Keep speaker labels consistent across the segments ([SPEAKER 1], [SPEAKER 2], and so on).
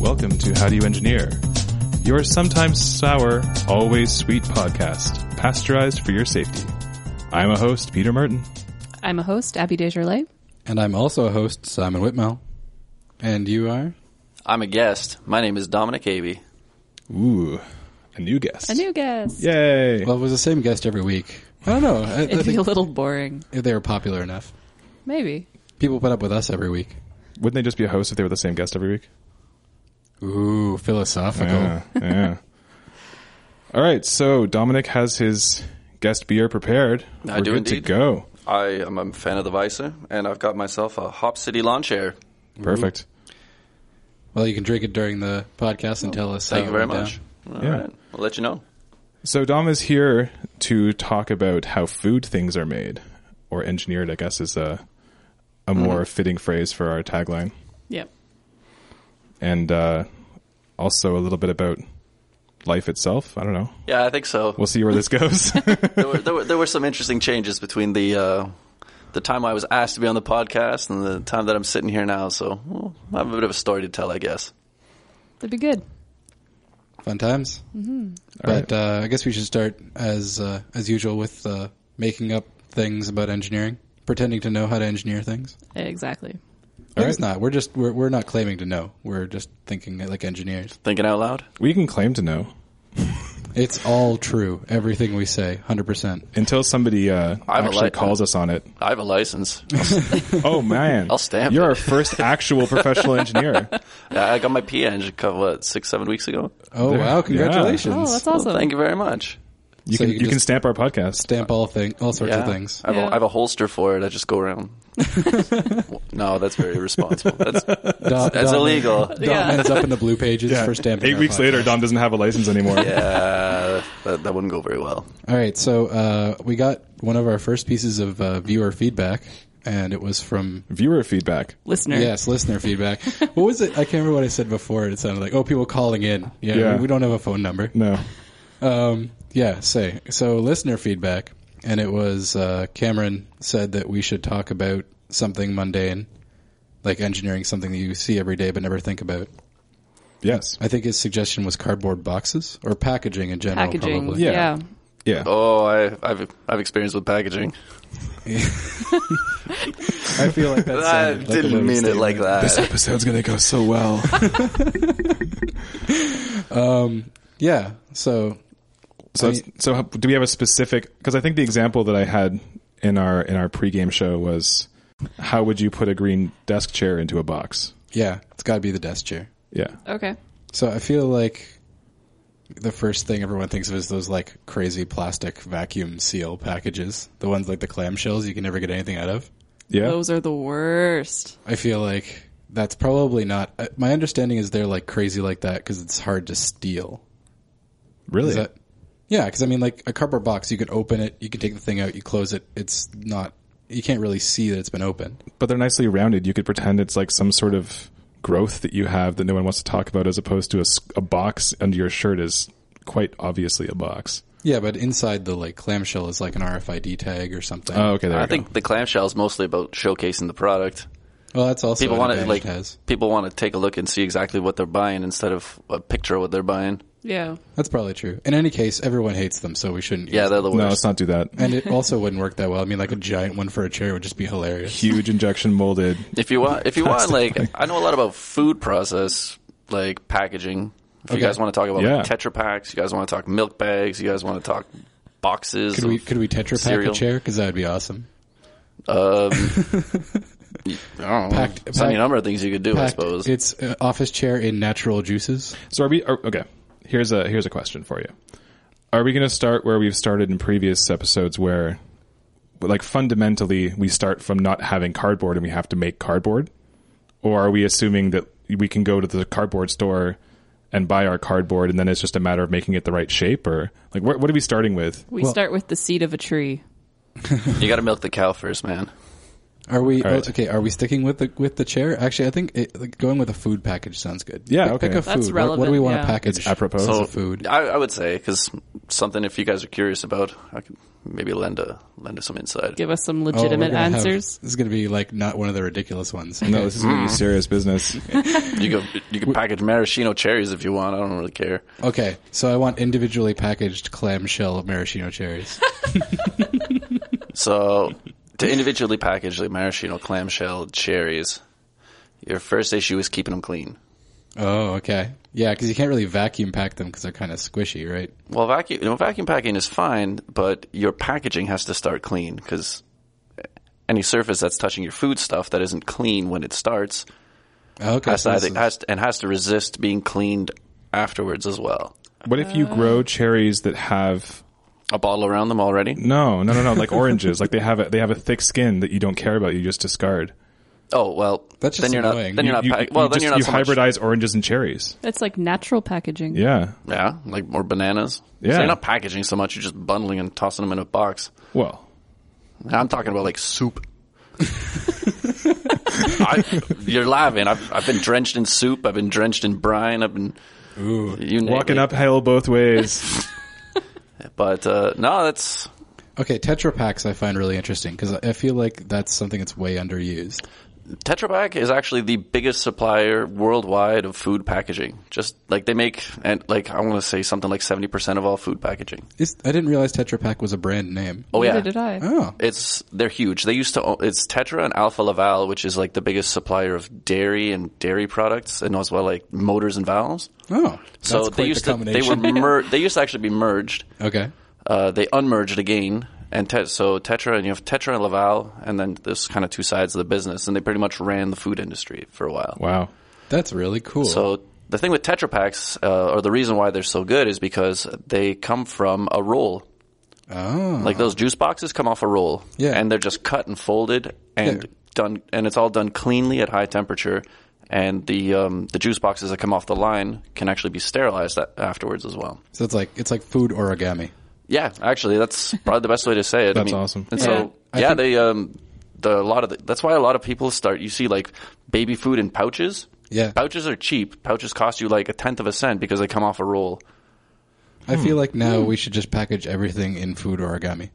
[SPEAKER 1] welcome to How Do You Engineer? Your sometimes sour, always sweet podcast, pasteurized for your safety. I'm a host, Peter Merton.
[SPEAKER 2] I'm a host, Abby Desjardins.
[SPEAKER 3] And I'm also a host, Simon Whitmell. And you are?
[SPEAKER 4] I'm a guest. My name is Dominic Avey.
[SPEAKER 1] Ooh, a new guest.
[SPEAKER 2] A new guest.
[SPEAKER 1] Yay!
[SPEAKER 3] Well, it was the same guest every week. I don't know. I, I
[SPEAKER 2] It'd be a
[SPEAKER 3] think
[SPEAKER 2] little boring.
[SPEAKER 3] if they were popular enough.
[SPEAKER 2] Maybe.
[SPEAKER 3] People put up with us every week.
[SPEAKER 1] Wouldn't they just be a host if they were the same guest every week?
[SPEAKER 3] Ooh, philosophical.
[SPEAKER 1] Yeah, yeah. All right, so Dominic has his guest beer prepared.
[SPEAKER 4] I
[SPEAKER 1] We're
[SPEAKER 4] do
[SPEAKER 1] good to
[SPEAKER 4] indeed.
[SPEAKER 1] go.
[SPEAKER 4] I am a fan of the Visor, and I've got myself a Hop City lawn chair.
[SPEAKER 1] Perfect.
[SPEAKER 3] Well, you can drink it during the podcast and tell us.
[SPEAKER 4] Oh, Thank
[SPEAKER 3] how
[SPEAKER 4] you
[SPEAKER 3] it
[SPEAKER 4] very
[SPEAKER 3] went
[SPEAKER 4] much.
[SPEAKER 3] down.
[SPEAKER 4] All
[SPEAKER 1] Yeah.
[SPEAKER 4] right. I'll let you know.
[SPEAKER 1] So Dom is here to talk about how food things are made or engineered, I guess is a a
[SPEAKER 4] Mm-hmm.
[SPEAKER 1] more fitting phrase for our tagline.
[SPEAKER 2] Yep.
[SPEAKER 1] And uh, also a little bit about life itself. I don't know.
[SPEAKER 4] Yeah, I think so.
[SPEAKER 1] We'll see where this goes.
[SPEAKER 4] there, were, there, were, there were some interesting changes between the uh, the time I was asked to be on the podcast and the time that I'm sitting here now. So well, I have a bit of a story to tell, I guess.
[SPEAKER 2] That'd be good.
[SPEAKER 3] Fun times. But uh, I guess we should start as uh, as usual with uh, making up things about engineering, pretending to know how to engineer things.
[SPEAKER 2] Exactly.
[SPEAKER 3] I think It's not. We're just we're, we're not claiming to know. We're just thinking like engineers.
[SPEAKER 4] Thinking out loud.
[SPEAKER 1] we can claim to know
[SPEAKER 3] It's all true. Everything we say, hundred percent.
[SPEAKER 1] until somebody uh,
[SPEAKER 4] have a
[SPEAKER 1] actually
[SPEAKER 4] light-
[SPEAKER 1] calls us on it.
[SPEAKER 4] I have a license.
[SPEAKER 1] Oh man,
[SPEAKER 4] I'll stamp
[SPEAKER 1] You're
[SPEAKER 4] it.
[SPEAKER 1] our first actual professional engineer.
[SPEAKER 4] Yeah, I got my P Eng a couple, what six seven weeks ago.
[SPEAKER 3] Oh wow! Congratulations.
[SPEAKER 2] Oh, that's
[SPEAKER 4] Well,
[SPEAKER 2] awesome.
[SPEAKER 4] thank you very much.
[SPEAKER 1] You
[SPEAKER 3] So
[SPEAKER 1] can
[SPEAKER 3] you
[SPEAKER 1] you,
[SPEAKER 3] can
[SPEAKER 1] can
[SPEAKER 3] just-
[SPEAKER 1] stamp our podcast.
[SPEAKER 3] stamp all thing, all sorts of things.
[SPEAKER 4] I have,
[SPEAKER 2] Yeah.
[SPEAKER 4] a, I have a holster for it. I just go around. no, that's very irresponsible. That's,
[SPEAKER 3] Dom-
[SPEAKER 4] that's
[SPEAKER 3] Dom-
[SPEAKER 4] illegal.
[SPEAKER 3] Dom
[SPEAKER 2] Yeah.
[SPEAKER 3] ends up in the blue pages for stamping.
[SPEAKER 1] Eight
[SPEAKER 3] our
[SPEAKER 1] weeks later,
[SPEAKER 3] podcast.
[SPEAKER 1] Dom doesn't have a license anymore.
[SPEAKER 4] Yeah, that, that wouldn't go very well.
[SPEAKER 3] All right, so uh, we got one of our first pieces of uh, viewer feedback, and it was from
[SPEAKER 1] Viewer feedback.
[SPEAKER 2] Listener.
[SPEAKER 3] yes, listener feedback. what was it? I can't remember what I said before. It sounded like oh, people calling in. Yeah,
[SPEAKER 1] Yeah.
[SPEAKER 3] We, we don't have a phone number.
[SPEAKER 1] No.
[SPEAKER 3] Um, yeah, say so. Listener feedback, and it was uh, Cameron said that we should talk about something mundane, like engineering something that you see every day but never think about.
[SPEAKER 1] Yes.
[SPEAKER 3] I think his suggestion was cardboard boxes or packaging in general.
[SPEAKER 2] Packaging.
[SPEAKER 3] Oh, probably.
[SPEAKER 2] yeah.
[SPEAKER 1] Yeah. Yeah.
[SPEAKER 4] Oh, I, I've I've experienced with packaging.
[SPEAKER 3] I feel like that
[SPEAKER 4] I
[SPEAKER 3] sounded like a
[SPEAKER 4] didn't
[SPEAKER 3] loaded
[SPEAKER 4] mean it like
[SPEAKER 3] statement.
[SPEAKER 1] This
[SPEAKER 4] that.
[SPEAKER 1] episode's gonna go so well.
[SPEAKER 3] Yeah. So
[SPEAKER 1] So, it's- so how- do we have a specific? Because I think the example that I had in our in our pregame show was, how would you put a green desk chair into a box?
[SPEAKER 3] yeah, it's got to be the desk chair.
[SPEAKER 1] Yeah,
[SPEAKER 2] Okay.
[SPEAKER 3] So I feel like the first thing everyone thinks of is those like crazy plastic vacuum seal packages, the ones like the clamshells you can never get anything out of.
[SPEAKER 1] yeah.
[SPEAKER 2] Those are the worst.
[SPEAKER 3] I feel like that's probably not. uh, My understanding is they're like crazy like that because it's hard to steal.
[SPEAKER 1] really?
[SPEAKER 3] Is that? Yeah, because I mean, like a cardboard box, you can open it, you can take the thing out, you close it. It's not. You can't really see that it's been opened.
[SPEAKER 1] but they're nicely rounded. You could pretend it's like some sort of growth that you have that no one wants to talk about, as opposed to a, s- a box under your shirt is quite obviously a box.
[SPEAKER 3] Yeah, but inside the like clamshell is like an RFID tag or something.
[SPEAKER 1] Oh, okay. There
[SPEAKER 4] I
[SPEAKER 1] we
[SPEAKER 4] think the clamshell is mostly about showcasing the product.
[SPEAKER 3] well, that's also
[SPEAKER 4] People
[SPEAKER 3] an
[SPEAKER 4] want to like
[SPEAKER 3] advantage it has.
[SPEAKER 4] people want to take a look and see exactly what they're buying instead of a picture of what they're buying.
[SPEAKER 2] Yeah.
[SPEAKER 3] That's probably true. In any case, everyone hates them, so we shouldn't.
[SPEAKER 4] Yeah,
[SPEAKER 3] use
[SPEAKER 4] they're
[SPEAKER 3] them.
[SPEAKER 1] go.
[SPEAKER 4] the
[SPEAKER 1] No,
[SPEAKER 4] worst.
[SPEAKER 1] let's not do that.
[SPEAKER 3] and it also wouldn't work that well. I mean, like a giant one for a chair would just be hilarious.
[SPEAKER 1] Huge injection molded.
[SPEAKER 4] If you want, if you want,
[SPEAKER 1] Plastic
[SPEAKER 4] like I know a lot about food process, like packaging. If you
[SPEAKER 3] Okay.
[SPEAKER 4] guys want to talk about
[SPEAKER 1] Yeah.
[SPEAKER 4] like, Tetra packs, you guys want to talk milk bags, you guys want to talk boxes.
[SPEAKER 3] Could we
[SPEAKER 4] of-
[SPEAKER 3] could we tetra pack
[SPEAKER 4] Cereal.
[SPEAKER 3] a chair? Because that would be awesome.
[SPEAKER 4] um, y- I don't know.
[SPEAKER 3] Packed-
[SPEAKER 4] There's any
[SPEAKER 3] packed-
[SPEAKER 4] number of things you could do, I
[SPEAKER 3] Packed
[SPEAKER 4] suppose.
[SPEAKER 3] It's uh, office chair in natural juices.
[SPEAKER 1] So are we? Are, okay, here's a here's a question for you. Are we going to start where we've started in previous episodes, where like fundamentally we start from not having cardboard and we have to make cardboard, or are we assuming that we can go to the cardboard store and buy our cardboard and then it's just a matter of making it the right shape, or like what, what are we starting with?
[SPEAKER 2] We start with the seed of a tree.
[SPEAKER 4] you got to milk the cow first, man.
[SPEAKER 3] Are we
[SPEAKER 1] All right.
[SPEAKER 3] oh, okay? Are we sticking with the with the chair? Actually, I think it, like, going with a food package sounds good.
[SPEAKER 1] Yeah,
[SPEAKER 3] Pick-
[SPEAKER 1] okay.
[SPEAKER 3] Pick a
[SPEAKER 2] That's
[SPEAKER 3] food. What- What, do we
[SPEAKER 2] relevant,
[SPEAKER 3] want
[SPEAKER 2] yeah.
[SPEAKER 3] to package?
[SPEAKER 1] It's apropos.
[SPEAKER 3] as
[SPEAKER 4] So
[SPEAKER 3] a food.
[SPEAKER 4] I, I would say because something if you guys are curious about, I could maybe lend a lend us some insight.
[SPEAKER 2] Give us some
[SPEAKER 3] Oh, we're
[SPEAKER 2] legitimate
[SPEAKER 3] gonna have-
[SPEAKER 2] answers.
[SPEAKER 3] this is going to be like not one of the ridiculous ones.
[SPEAKER 1] No, this is going to be serious business.
[SPEAKER 4] You could you could package maraschino cherries if you want. I don't really care.
[SPEAKER 3] Okay, so I want individually packaged clamshell maraschino cherries.
[SPEAKER 4] So to individually package the maraschino clamshell cherries, your first issue is keeping them clean.
[SPEAKER 3] oh, okay. Yeah, because you can't really vacuum pack them because they're kind of squishy, right?
[SPEAKER 4] Well, vacuum you know, vacuum packing is fine, but your packaging has to start clean because any surface that's touching your food stuff that isn't clean when it starts
[SPEAKER 3] Okay.
[SPEAKER 4] has
[SPEAKER 3] so
[SPEAKER 4] to,
[SPEAKER 3] this is-
[SPEAKER 4] has to- and has to resist being cleaned afterwards as well.
[SPEAKER 1] What if you grow cherries that have
[SPEAKER 4] A bottle around them already?
[SPEAKER 1] no, no, no, no, like oranges? like they have a, they have a thick skin that you don't care about. You just discard.
[SPEAKER 4] Oh well,
[SPEAKER 3] That's just
[SPEAKER 4] then you're
[SPEAKER 3] annoying.
[SPEAKER 4] not. Then you're not.
[SPEAKER 1] you,
[SPEAKER 4] pack-
[SPEAKER 1] you
[SPEAKER 4] well, then
[SPEAKER 1] just-
[SPEAKER 4] you're not.
[SPEAKER 1] you
[SPEAKER 4] so much-
[SPEAKER 1] hybridize oranges and cherries.
[SPEAKER 2] That's like natural packaging.
[SPEAKER 1] Yeah.
[SPEAKER 4] Yeah, like more bananas.
[SPEAKER 1] Yeah.
[SPEAKER 4] So you're not packaging so much, you're just bundling and tossing them in a box.
[SPEAKER 1] Well,
[SPEAKER 4] I'm talking about like soup. I, you're laughing. I've, I've been drenched in soup. I've been drenched in brine. I've been you name
[SPEAKER 1] walking
[SPEAKER 4] it.
[SPEAKER 1] uphill both ways.
[SPEAKER 4] But uh, no, that's
[SPEAKER 3] okay, Tetra packs I find really interesting because I I feel like that's something that's way underused.
[SPEAKER 4] Tetra Pak is actually the biggest supplier worldwide of food packaging. Just like they make, and like I want to say something like seventy percent of all food packaging.
[SPEAKER 3] Is, I didn't realize Tetra Pak was a brand name.
[SPEAKER 4] Oh yeah,
[SPEAKER 2] Neither did I.
[SPEAKER 3] Oh,
[SPEAKER 4] It's they're huge. They used to own- it's Tetra and Alpha Laval, which is like the biggest supplier of dairy and dairy products, and as well like motors and valves.
[SPEAKER 3] oh, that's
[SPEAKER 4] So
[SPEAKER 3] quite
[SPEAKER 4] they used
[SPEAKER 3] the
[SPEAKER 4] to they were
[SPEAKER 3] combination.
[SPEAKER 4] mer- they used to actually be merged.
[SPEAKER 3] okay.
[SPEAKER 4] Uh, they unmerged again, and te- so Tetra and you have Tetra and Laval, and then there's kind of two sides of the business, and they pretty much ran the food industry for a while.
[SPEAKER 1] wow.
[SPEAKER 3] That's really cool.
[SPEAKER 4] So the thing with Tetra Packs, uh, or the reason why they're so good, is because they come from a roll.
[SPEAKER 3] oh,
[SPEAKER 4] Like those juice boxes come off a roll,
[SPEAKER 3] Yeah.
[SPEAKER 4] and they're just cut and folded and
[SPEAKER 3] Yeah.
[SPEAKER 4] done, and it's all done cleanly at high temperature. And the um, the juice boxes that come off the line can actually be sterilized a- afterwards as well.
[SPEAKER 3] so it's like it's like food origami.
[SPEAKER 4] Yeah, actually, that's probably the best way to say it.
[SPEAKER 1] That's awesome.
[SPEAKER 4] And
[SPEAKER 2] Yeah.
[SPEAKER 4] so,
[SPEAKER 3] I
[SPEAKER 4] yeah,
[SPEAKER 3] think-
[SPEAKER 4] they um, the a lot of the, that's why a lot of people start. You see, like baby food in pouches.
[SPEAKER 3] Yeah.
[SPEAKER 4] pouches are cheap. Pouches cost you like a tenth of a cent because they come off a roll.
[SPEAKER 3] I feel like now
[SPEAKER 1] Hmm.
[SPEAKER 3] we should just package everything in food origami,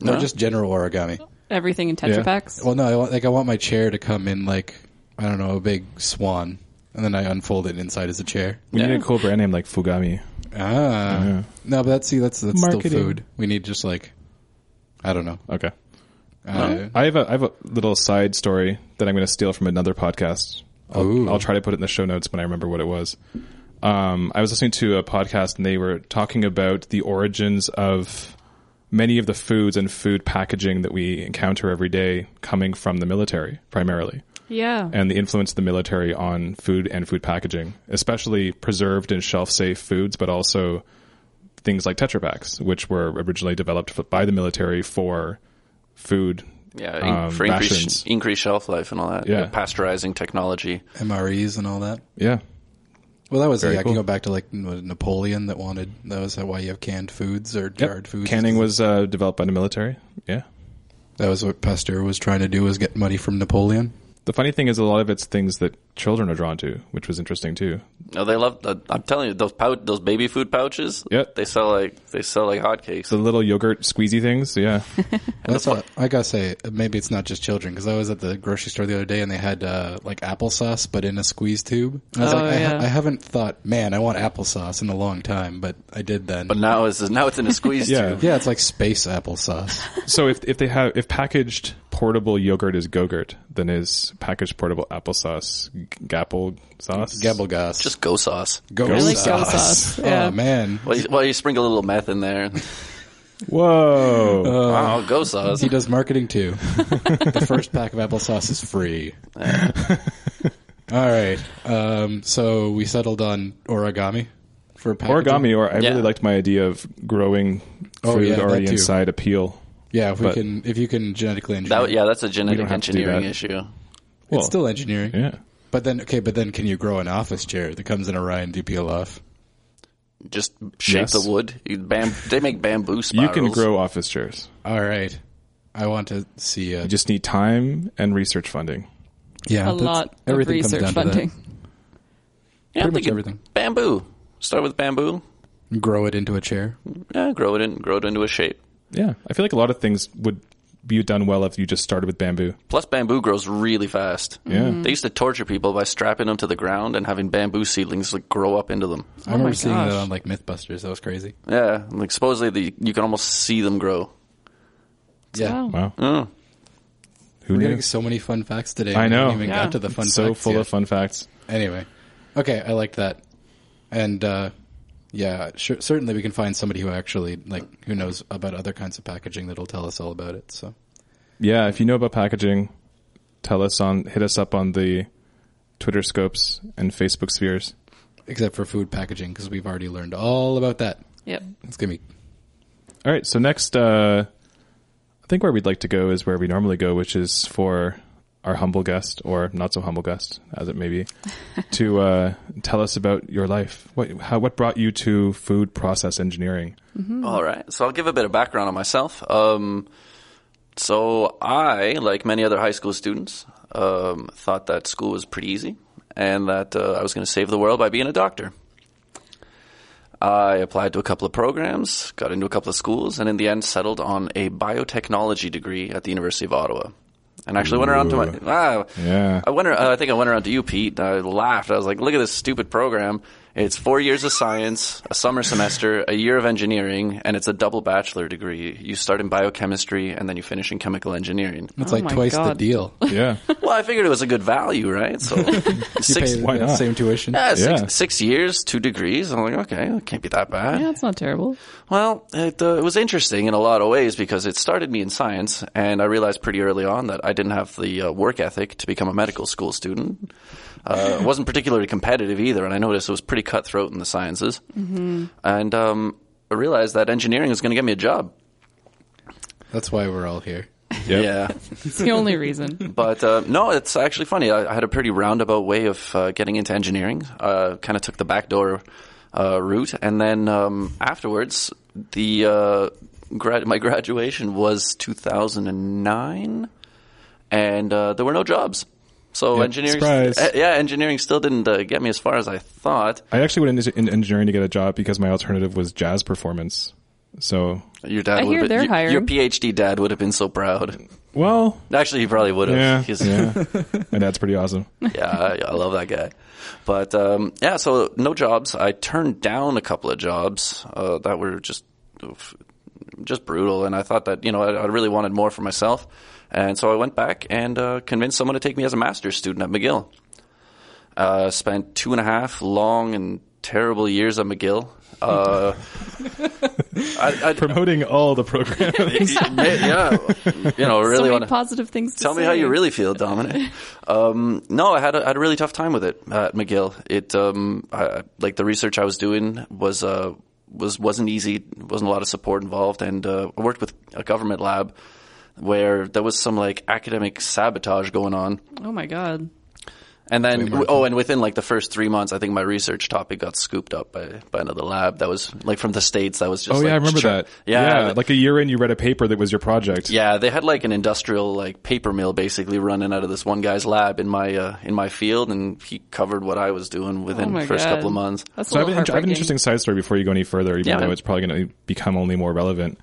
[SPEAKER 3] not
[SPEAKER 4] No?
[SPEAKER 3] just general origami.
[SPEAKER 2] Everything in Tetra
[SPEAKER 1] Yeah.
[SPEAKER 2] Packs.
[SPEAKER 3] Well, no, I want, like I want my chair to come in like I don't know a big swan, and then I unfold it inside as a chair.
[SPEAKER 1] We
[SPEAKER 4] Yeah.
[SPEAKER 1] need a cool brand name like Fugami.
[SPEAKER 3] Ah,
[SPEAKER 1] Yeah.
[SPEAKER 3] no, but that's see, that's that's
[SPEAKER 1] Uh-huh. Marketing.
[SPEAKER 3] still food. We need just like I don't know.
[SPEAKER 1] Okay.
[SPEAKER 3] Uh,
[SPEAKER 1] I have a I have a little side story that I'm going to steal from another podcast.
[SPEAKER 3] Ooh.
[SPEAKER 1] I'll, I'll try to put it in the show notes when I remember what it was. Um, I was listening to a podcast and they were talking about the origins of many of the foods and food packaging that we encounter every day coming from the military primarily
[SPEAKER 2] yeah.
[SPEAKER 1] and the influence of the military on food and food packaging, especially preserved and shelf safe foods, but also things like Tetra Paks, which were originally developed f- by the military for food.
[SPEAKER 4] Yeah, in-
[SPEAKER 1] um,
[SPEAKER 4] for increased,
[SPEAKER 1] rations.
[SPEAKER 4] increased shelf life and all that.
[SPEAKER 1] Yeah.
[SPEAKER 4] The pasteurizing technology.
[SPEAKER 3] MREs and all that.
[SPEAKER 1] Yeah.
[SPEAKER 3] Well, that was
[SPEAKER 1] Very
[SPEAKER 3] yeah. I
[SPEAKER 1] cool.
[SPEAKER 3] can go back to like N- Napoleon that wanted that was why you have canned foods or
[SPEAKER 1] Yep.
[SPEAKER 3] jarred foods.
[SPEAKER 1] Canning was uh, developed by the military. Yeah.
[SPEAKER 3] that was what Pasteur was trying to do was get money from Napoleon.
[SPEAKER 1] The funny thing is, a lot of it's things that children are drawn to, which was interesting too.
[SPEAKER 4] No, they love. Uh, I'm telling you, those pouch, those baby food pouches.
[SPEAKER 1] Yep.
[SPEAKER 4] they sell like they sell like hotcakes.
[SPEAKER 1] The little yogurt squeezy things. Yeah.
[SPEAKER 3] That's what I gotta say. Maybe it's not just children because I was at the grocery store the other day and they had uh, like applesauce, but in a squeeze tube. And I was
[SPEAKER 2] Oh,
[SPEAKER 3] like, I, ha-
[SPEAKER 2] yeah.
[SPEAKER 3] I haven't thought, man, I want applesauce in a long time, but I did then.
[SPEAKER 4] but now it's now it's in a squeeze
[SPEAKER 1] Yeah.
[SPEAKER 4] tube.
[SPEAKER 3] yeah, it's like space applesauce.
[SPEAKER 1] so if if they have if packaged portable yogurt is gogurt, then is packaged portable applesauce g- gapple sauce?
[SPEAKER 3] Gabblegoss.
[SPEAKER 4] Just go sauce.
[SPEAKER 3] go
[SPEAKER 2] I like
[SPEAKER 3] sauce.
[SPEAKER 2] go sauce. Yeah.
[SPEAKER 3] Oh man,
[SPEAKER 4] Well, you, well, you sprinkle a little meth in there.
[SPEAKER 3] Uh,
[SPEAKER 1] Whoa.
[SPEAKER 4] wow, go sauce.
[SPEAKER 3] he does marketing too. the first pack of applesauce is free. All right, um, so we settled on origami for packaging.
[SPEAKER 1] Origami, or I
[SPEAKER 4] Yeah.
[SPEAKER 1] really liked my idea of growing
[SPEAKER 3] Oh,
[SPEAKER 1] food
[SPEAKER 3] yeah, that
[SPEAKER 1] already
[SPEAKER 3] too.
[SPEAKER 1] inside a peel.
[SPEAKER 3] Yeah, if we
[SPEAKER 1] But-
[SPEAKER 3] can, if you can genetically engineer,
[SPEAKER 4] That, yeah, that's a genetic
[SPEAKER 1] don't have to do
[SPEAKER 4] engineering
[SPEAKER 1] that.
[SPEAKER 4] issue.
[SPEAKER 1] Well,
[SPEAKER 3] it's still engineering.
[SPEAKER 1] yeah.
[SPEAKER 3] But then, okay, but then can you grow an office chair that comes in a Ryan do you peel off?
[SPEAKER 4] Just shape
[SPEAKER 1] Yes.
[SPEAKER 4] the wood. You bam, they make bamboo
[SPEAKER 1] You
[SPEAKER 4] spirals.
[SPEAKER 1] can grow office chairs.
[SPEAKER 3] All right. I want to see a,
[SPEAKER 1] You just need time and research funding.
[SPEAKER 3] yeah,
[SPEAKER 2] a
[SPEAKER 3] that's-
[SPEAKER 2] lot of
[SPEAKER 3] everything comes
[SPEAKER 2] research
[SPEAKER 3] down to that.
[SPEAKER 2] funding.
[SPEAKER 4] Yeah,
[SPEAKER 3] pretty
[SPEAKER 4] I'm
[SPEAKER 3] much
[SPEAKER 4] thinking
[SPEAKER 3] everything.
[SPEAKER 4] Bamboo. Start with bamboo.
[SPEAKER 3] Grow it into a chair.
[SPEAKER 2] Oh
[SPEAKER 4] Yeah, grow it in, grow it into a shape.
[SPEAKER 1] Yeah, I feel like a lot of things would be done well if you just started with bamboo.
[SPEAKER 4] Plus, bamboo grows really fast.
[SPEAKER 1] Yeah.
[SPEAKER 4] They used to torture people by strapping them to the ground and having bamboo seedlings like grow up into them.
[SPEAKER 3] I remember
[SPEAKER 2] my
[SPEAKER 3] seeing that
[SPEAKER 2] gosh.
[SPEAKER 3] on like MythBusters. That was crazy.
[SPEAKER 4] Yeah, like supposedly the, you can almost see them grow.
[SPEAKER 3] Yeah,
[SPEAKER 2] Wow.
[SPEAKER 1] Wow.
[SPEAKER 4] Oh.
[SPEAKER 1] Who
[SPEAKER 3] we're
[SPEAKER 1] knew?
[SPEAKER 3] getting so many fun facts today.
[SPEAKER 1] I
[SPEAKER 3] We
[SPEAKER 1] know.
[SPEAKER 3] haven't even
[SPEAKER 2] Yeah.
[SPEAKER 3] got to the fun
[SPEAKER 1] so
[SPEAKER 3] facts
[SPEAKER 1] full
[SPEAKER 3] yet.
[SPEAKER 1] of fun facts.
[SPEAKER 3] Anyway, okay, I liked that, and uh, yeah, sure, certainly we can find somebody who actually like who knows about other kinds of packaging that'll tell us all about it. So
[SPEAKER 1] Yeah, if you know about packaging, tell us on hit us up on the Twitter scopes and Facebook spheres.
[SPEAKER 3] except for food packaging because we've already learned all about that.
[SPEAKER 2] Yep.
[SPEAKER 3] It's gonna be
[SPEAKER 1] All right, so next, uh, I think where we'd like to go is where we normally go, which is for our humble guest or not so humble guest, as it may be, to uh, tell us about your life. What how what brought you to food process engineering?
[SPEAKER 4] All right. So I'll give a bit of background on myself. Um, so I, like many other high school students, um, thought that school was pretty easy and that uh, I was going to save the world by being a doctor. I applied to a couple of programs, got into a couple of schools, and in the end settled on a biotechnology degree at the University of Ottawa. And actually went around to my ah,
[SPEAKER 1] Yeah.
[SPEAKER 4] I went. ar- Uh, I think I went around to you, Pete. And I laughed. I was like, "Look at this stupid program. It's four years of science, a summer semester, a year of engineering, and it's a double bachelor degree. You start in biochemistry and then you finish in chemical engineering."
[SPEAKER 3] it's
[SPEAKER 2] Oh
[SPEAKER 3] like
[SPEAKER 2] my
[SPEAKER 3] twice the
[SPEAKER 2] God.
[SPEAKER 3] deal.
[SPEAKER 1] Yeah,
[SPEAKER 4] well, I figured it was a good value, right? So
[SPEAKER 3] You
[SPEAKER 4] six,
[SPEAKER 3] pay
[SPEAKER 1] Why
[SPEAKER 3] the
[SPEAKER 1] not?
[SPEAKER 3] same tuition.
[SPEAKER 4] yeah, six,
[SPEAKER 1] Yeah.
[SPEAKER 4] six years, two degrees. I'm like, okay, it can't be that bad.
[SPEAKER 2] Yeah, it's not terrible.
[SPEAKER 4] Well, it, uh, it was interesting in a lot of ways because it started me in science, and I realized pretty early on that I didn't have the uh, work ethic to become a medical school student. Uh, it wasn't particularly competitive either, and I noticed it was pretty cutthroat in the sciences. Mm-hmm. And um, I realized that engineering was going to get me a job.
[SPEAKER 3] That's why we're all here.
[SPEAKER 1] Yep.
[SPEAKER 4] Yeah.
[SPEAKER 2] It's the only reason.
[SPEAKER 4] But uh, no, it's actually funny. I, I had a pretty roundabout way of uh, getting into engineering. Uh, kind of took the backdoor uh, route, and then um, afterwards, the uh, grad- my graduation was 2009, and uh, there were no jobs. So
[SPEAKER 1] Yep.
[SPEAKER 4] engineering,
[SPEAKER 1] Surprise.
[SPEAKER 4] eh, yeah, engineering still didn't uh, get me as far as I thought.
[SPEAKER 1] I actually went into in engineering to get a job because my alternative was jazz performance. So,
[SPEAKER 4] Your dad,
[SPEAKER 2] I
[SPEAKER 4] would
[SPEAKER 2] hear
[SPEAKER 4] have been,
[SPEAKER 2] they're
[SPEAKER 4] your- your
[SPEAKER 2] hiring.
[SPEAKER 4] PhD dad would have been so proud.
[SPEAKER 1] well,
[SPEAKER 4] Actually, he probably would have.
[SPEAKER 1] yeah,
[SPEAKER 4] He's-
[SPEAKER 1] yeah. my dad's pretty awesome.
[SPEAKER 4] yeah, I, I love that guy. But um, yeah, so no jobs. I turned down a couple of jobs uh, that were just oof, just brutal, and I thought that you know I, I really wanted more for myself, and so I went back and uh, convinced someone to take me as a master's student at McGill. Uh, spent two and a half long and terrible years at McGill. Uh, I, I,
[SPEAKER 1] Promoting all the programs.
[SPEAKER 4] yeah, you know, really
[SPEAKER 2] so many
[SPEAKER 4] want to
[SPEAKER 2] positive things. To
[SPEAKER 4] Tell me
[SPEAKER 2] say.
[SPEAKER 4] how you really feel, Dominic. um, no, I had a, had a really tough time with it at McGill. It um, I, like the research I was doing was uh, was wasn't easy. wasn't a lot of support involved, and uh, I worked with a government lab where there was some like academic sabotage going on.
[SPEAKER 2] Oh my god.
[SPEAKER 4] And then, oh, and within like the first three months, I think my research topic got scooped up by, by another lab that was like from the states. That was just
[SPEAKER 1] Oh
[SPEAKER 4] like,
[SPEAKER 1] yeah, I remember
[SPEAKER 4] tr-
[SPEAKER 1] that.
[SPEAKER 4] Yeah,
[SPEAKER 1] like a year in, you read a paper that was your project.
[SPEAKER 4] Yeah, they had like an industrial like paper mill basically running out of this one guy's lab in my uh, in my field, and he covered what I was doing
[SPEAKER 2] Oh
[SPEAKER 4] within
[SPEAKER 2] my
[SPEAKER 4] the first
[SPEAKER 2] god.
[SPEAKER 4] couple of months.
[SPEAKER 2] That's
[SPEAKER 1] So I
[SPEAKER 2] a
[SPEAKER 1] have, an,
[SPEAKER 2] little
[SPEAKER 1] int- I have an
[SPEAKER 2] heartbreaking.
[SPEAKER 1] interesting side story before you go any further, even
[SPEAKER 4] Yeah,
[SPEAKER 1] though
[SPEAKER 4] man.
[SPEAKER 1] it's probably going to become only more relevant.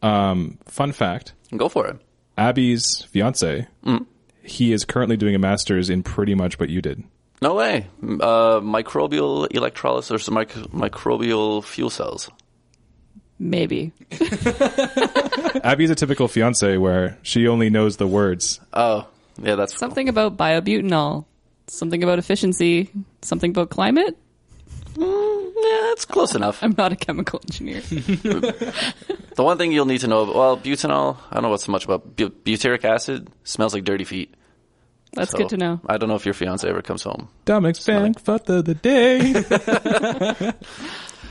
[SPEAKER 1] Um, fun fact:
[SPEAKER 4] Go for it.
[SPEAKER 1] Abby's fiance,
[SPEAKER 4] Mm.
[SPEAKER 1] he is currently doing a master's in pretty much what you did.
[SPEAKER 4] No way. M- Uh, microbial electrolysis or some mic- microbial fuel cells.
[SPEAKER 2] Maybe.
[SPEAKER 1] Abby's a typical fiance where she only knows the words.
[SPEAKER 4] Oh, yeah, that's
[SPEAKER 2] Something about biobutanol. Something about efficiency. Something about climate.
[SPEAKER 4] yeah, that's close enough.
[SPEAKER 2] I'm not a chemical engineer.
[SPEAKER 4] The one thing you'll need to know, well, butanol. I don't know what's so much about bu- butyric acid. Smells like dirty feet.
[SPEAKER 2] That's
[SPEAKER 4] So,
[SPEAKER 2] good to know.
[SPEAKER 4] I don't know if your fiance ever comes home.
[SPEAKER 1] Dominic's bank fuck of the day.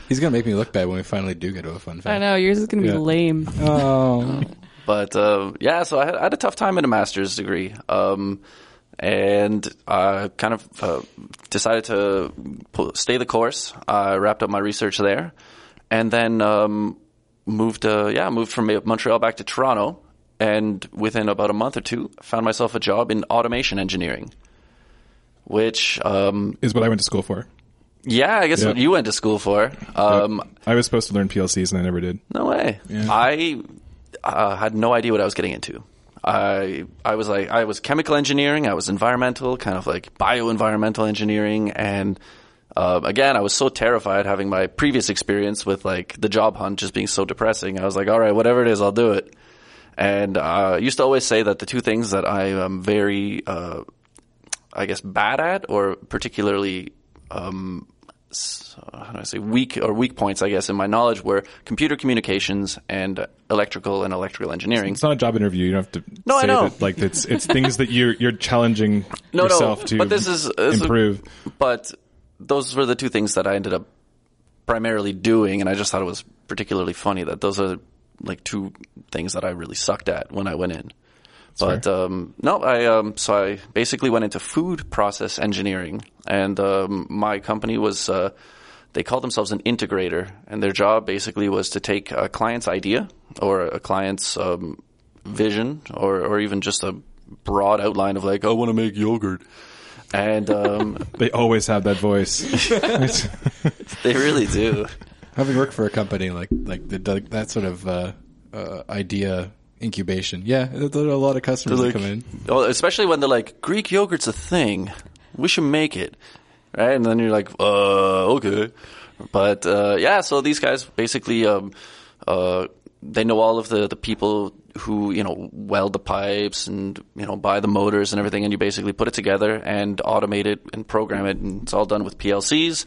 [SPEAKER 3] He's gonna make me look bad when we finally do get to a fun
[SPEAKER 2] I
[SPEAKER 3] fact.
[SPEAKER 2] know yours is going to be
[SPEAKER 3] Yeah.
[SPEAKER 2] lame.
[SPEAKER 3] Oh,
[SPEAKER 4] But uh, yeah, so I had, I had a tough time in a master's degree, um, and I kind of uh, decided to pu- stay the course. I wrapped up my research there, and then um, moved. Uh, yeah, moved from Montreal back to Toronto, and within about a month or two, found myself a job in automation engineering. Which, um,
[SPEAKER 1] is what I went to school for.
[SPEAKER 4] yeah, I guess
[SPEAKER 1] Yeah.
[SPEAKER 4] what you went to school for. Um,
[SPEAKER 1] I was supposed to learn PLCs and I never did.
[SPEAKER 4] no way. I uh, had no idea what I was getting into. I I was like I was chemical engineering, I was environmental, kind of like bioenvironmental engineering, and uh, again I was so terrified having my previous experience with like the job hunt just being so depressing. I was like, all right, whatever it is, I'll do it. And uh, I used to always say that the two things that I am very uh, I guess bad at or particularly um, s- how do I say weak or weak points I guess in my knowledge were computer communications and electrical and electrical engineering.
[SPEAKER 1] It's not a job interview. You don't have to
[SPEAKER 4] No, I
[SPEAKER 1] say
[SPEAKER 4] know.
[SPEAKER 1] that like it's it's things that you're you're challenging
[SPEAKER 4] No, no,
[SPEAKER 1] yourself to
[SPEAKER 4] but this is- this is-
[SPEAKER 1] improve.
[SPEAKER 4] but those were the two things that I ended up primarily doing, and I just thought it was particularly funny that those are like two things that I really sucked at when I went in. but
[SPEAKER 1] fair.
[SPEAKER 4] um, no, I um, so I basically went into food process engineering, and um, my company was uh, they called themselves an integrator, and their job basically was to take a client's idea or a client's um, vision or or even just a broad outline of like I want to make yogurt. And um,
[SPEAKER 1] they always have that voice. It's-
[SPEAKER 4] They really do.
[SPEAKER 3] Having worked for a company like like the, like that sort of uh, uh, idea incubation, yeah, there are a lot of customers that come in.
[SPEAKER 4] Well, especially when they're like, Greek yogurt's a thing. We should make it. Right? And then you're like, uh, okay. But, uh, yeah, so these guys basically, um, uh, they know all of the, the people who, you know, weld the pipes and, you know, buy the motors and everything. And you basically put it together and automate it and program it. And it's all done with PLCs.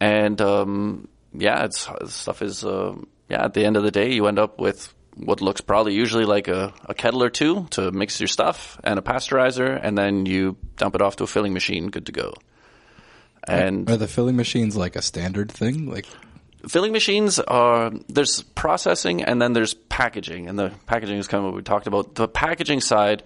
[SPEAKER 4] and um, yeah, it's stuff is um yeah. At the end of the day, you end up with what looks probably usually like a, a kettle or two to mix your stuff and a pasteurizer, and then you dump it off to a filling machine, good to go. And
[SPEAKER 3] Are the filling machines like a standard thing? Like
[SPEAKER 4] filling machines are there's processing and then there's packaging and the packaging is kind of what we talked about the packaging side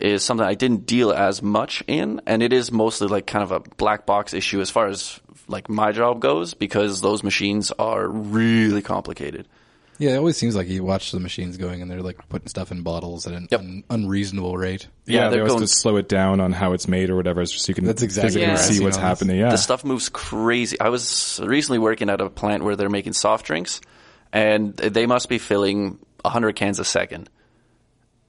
[SPEAKER 4] is something i didn't deal as much in and it is mostly like kind of a black box issue as far as like my job goes because those machines are really complicated
[SPEAKER 3] Yeah, it always seems like you watch the machines going and they're like putting stuff in bottles at an
[SPEAKER 4] Yep.
[SPEAKER 3] un- unreasonable rate.
[SPEAKER 1] yeah,
[SPEAKER 4] they're
[SPEAKER 1] they always
[SPEAKER 4] going-
[SPEAKER 1] just slow it down on how it's made or whatever, so you can
[SPEAKER 3] That's exactly
[SPEAKER 1] physically
[SPEAKER 2] where I've
[SPEAKER 1] see
[SPEAKER 3] seen
[SPEAKER 1] what's
[SPEAKER 3] all this.
[SPEAKER 1] happening. Yeah,
[SPEAKER 4] the stuff moves crazy. I was recently working at a plant where they're making soft drinks, and they must be filling 100 cans a second.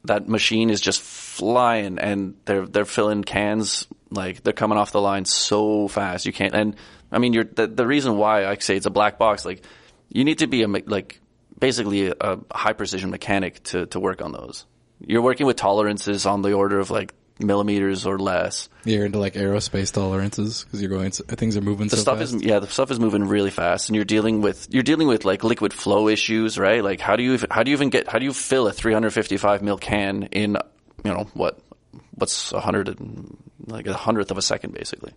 [SPEAKER 4] That machine is just flying, and they're they're filling cans like they're coming off the line so fast. You can't. And I mean, you're the, the reason why I say it's a black box. Like you need to be a me- like basically a, a high precision mechanic to to work on those. You're working with tolerances on the order of like millimeters or less.
[SPEAKER 3] You're into like aerospace tolerances because you're going, things are moving
[SPEAKER 4] the
[SPEAKER 3] so
[SPEAKER 4] stuff
[SPEAKER 3] fast.
[SPEAKER 4] is yeah the stuff is moving really fast and you're dealing with you're dealing with like liquid flow issues right like how do you even- how do you even get how do you fill a 355 mil can in you know what what's a hundred and like a hundredth of a second basically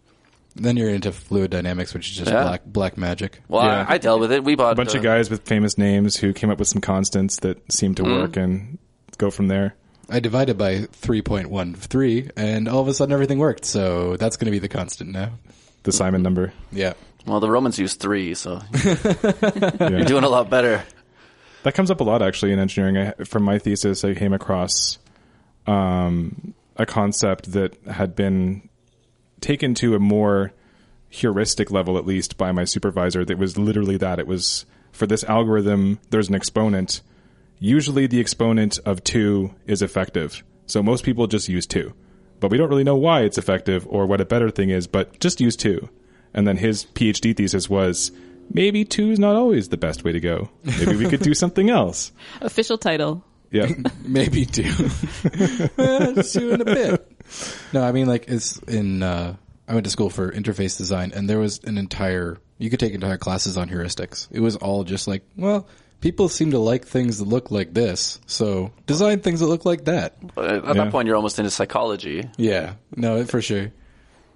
[SPEAKER 3] then you're into fluid dynamics, which is just
[SPEAKER 4] Yeah.
[SPEAKER 3] black black magic.
[SPEAKER 4] well
[SPEAKER 1] Yeah.
[SPEAKER 4] I, I dealt with it we bought
[SPEAKER 1] a bunch
[SPEAKER 4] uh,
[SPEAKER 1] of guys with famous names who came up with some constants that seem to
[SPEAKER 3] Hmm.
[SPEAKER 1] work and go from there.
[SPEAKER 3] I divided by 3.13 and all of a sudden everything worked. So that's going to be the constant now.
[SPEAKER 1] The Simon number.
[SPEAKER 3] Yeah.
[SPEAKER 4] well the romans used three so
[SPEAKER 1] Yeah.
[SPEAKER 4] you're doing a lot better
[SPEAKER 1] That comes up a lot actually in engineering. I, from my thesis, I came across um, a concept that had been taken to a more heuristic level, at least by my supervisor. That was literally that. It was for this algorithm. There's an exponent. Usually, the exponent of two is effective. So most people just use two, but we don't really know why it's effective or what a better thing is. But just use two. And then his PhD thesis was maybe two is not always the best way to go. Maybe we could do something else.
[SPEAKER 2] Official title.
[SPEAKER 1] Yeah.
[SPEAKER 3] Maybe two. Eh, just two in a bit. No, I mean like it's in. Uh, I went to school for interface design, and there was an entire. You could take entire classes on heuristics. It was all just like, well, people seem to like things that look like this, so design things that look like that.
[SPEAKER 4] But at
[SPEAKER 1] Yeah.
[SPEAKER 4] that point you're almost into psychology
[SPEAKER 3] Yeah, no, for sure.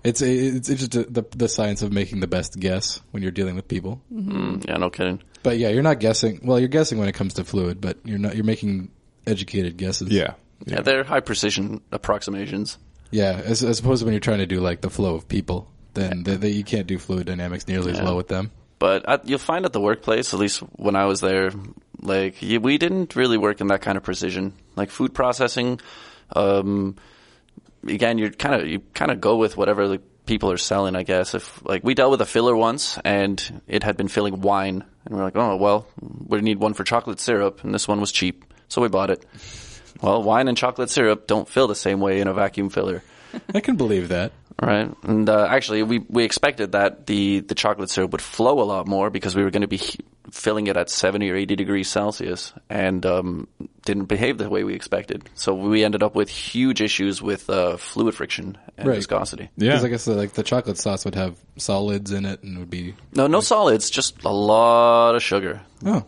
[SPEAKER 3] It's it's, it's just the the science of making the best guess when you're dealing with people.
[SPEAKER 4] Mm, yeah no kidding
[SPEAKER 3] But yeah, you're not guessing. Well, you're guessing when it comes to fluid, but you're not. You're making educated guesses.
[SPEAKER 1] Yeah.
[SPEAKER 4] yeah, they're high precision approximations
[SPEAKER 3] Yeah, as, as opposed to when you're trying to do like the flow of people, then th- th- you can't do fluid dynamics nearly as well with them.
[SPEAKER 4] But at, you'll find at the workplace, at least when I was there, like y- we didn't really work in that kind of precision. Like food processing, um, again, you're kind of you kind of go with whatever the people are selling, I guess. If like we dealt with a filler once, and it had been filling wine, and we're like, oh well, we need one for chocolate syrup, and this one was cheap, so we bought it. Well, wine and chocolate syrup don't feel the same way in a vacuum filler.
[SPEAKER 3] I can believe that.
[SPEAKER 4] Right, and uh, actually, we we expected that the the chocolate syrup would flow a lot more because we were going to be he- filling it at seventy or eighty degrees Celsius, and um, didn't behave the way we expected. So we ended up with huge issues with uh, fluid friction and
[SPEAKER 3] Right.
[SPEAKER 4] viscosity.
[SPEAKER 1] Yeah.
[SPEAKER 3] Because I guess the, like the chocolate sauce would have solids in it and would be
[SPEAKER 4] No, no solids, just a lot of sugar.
[SPEAKER 3] oh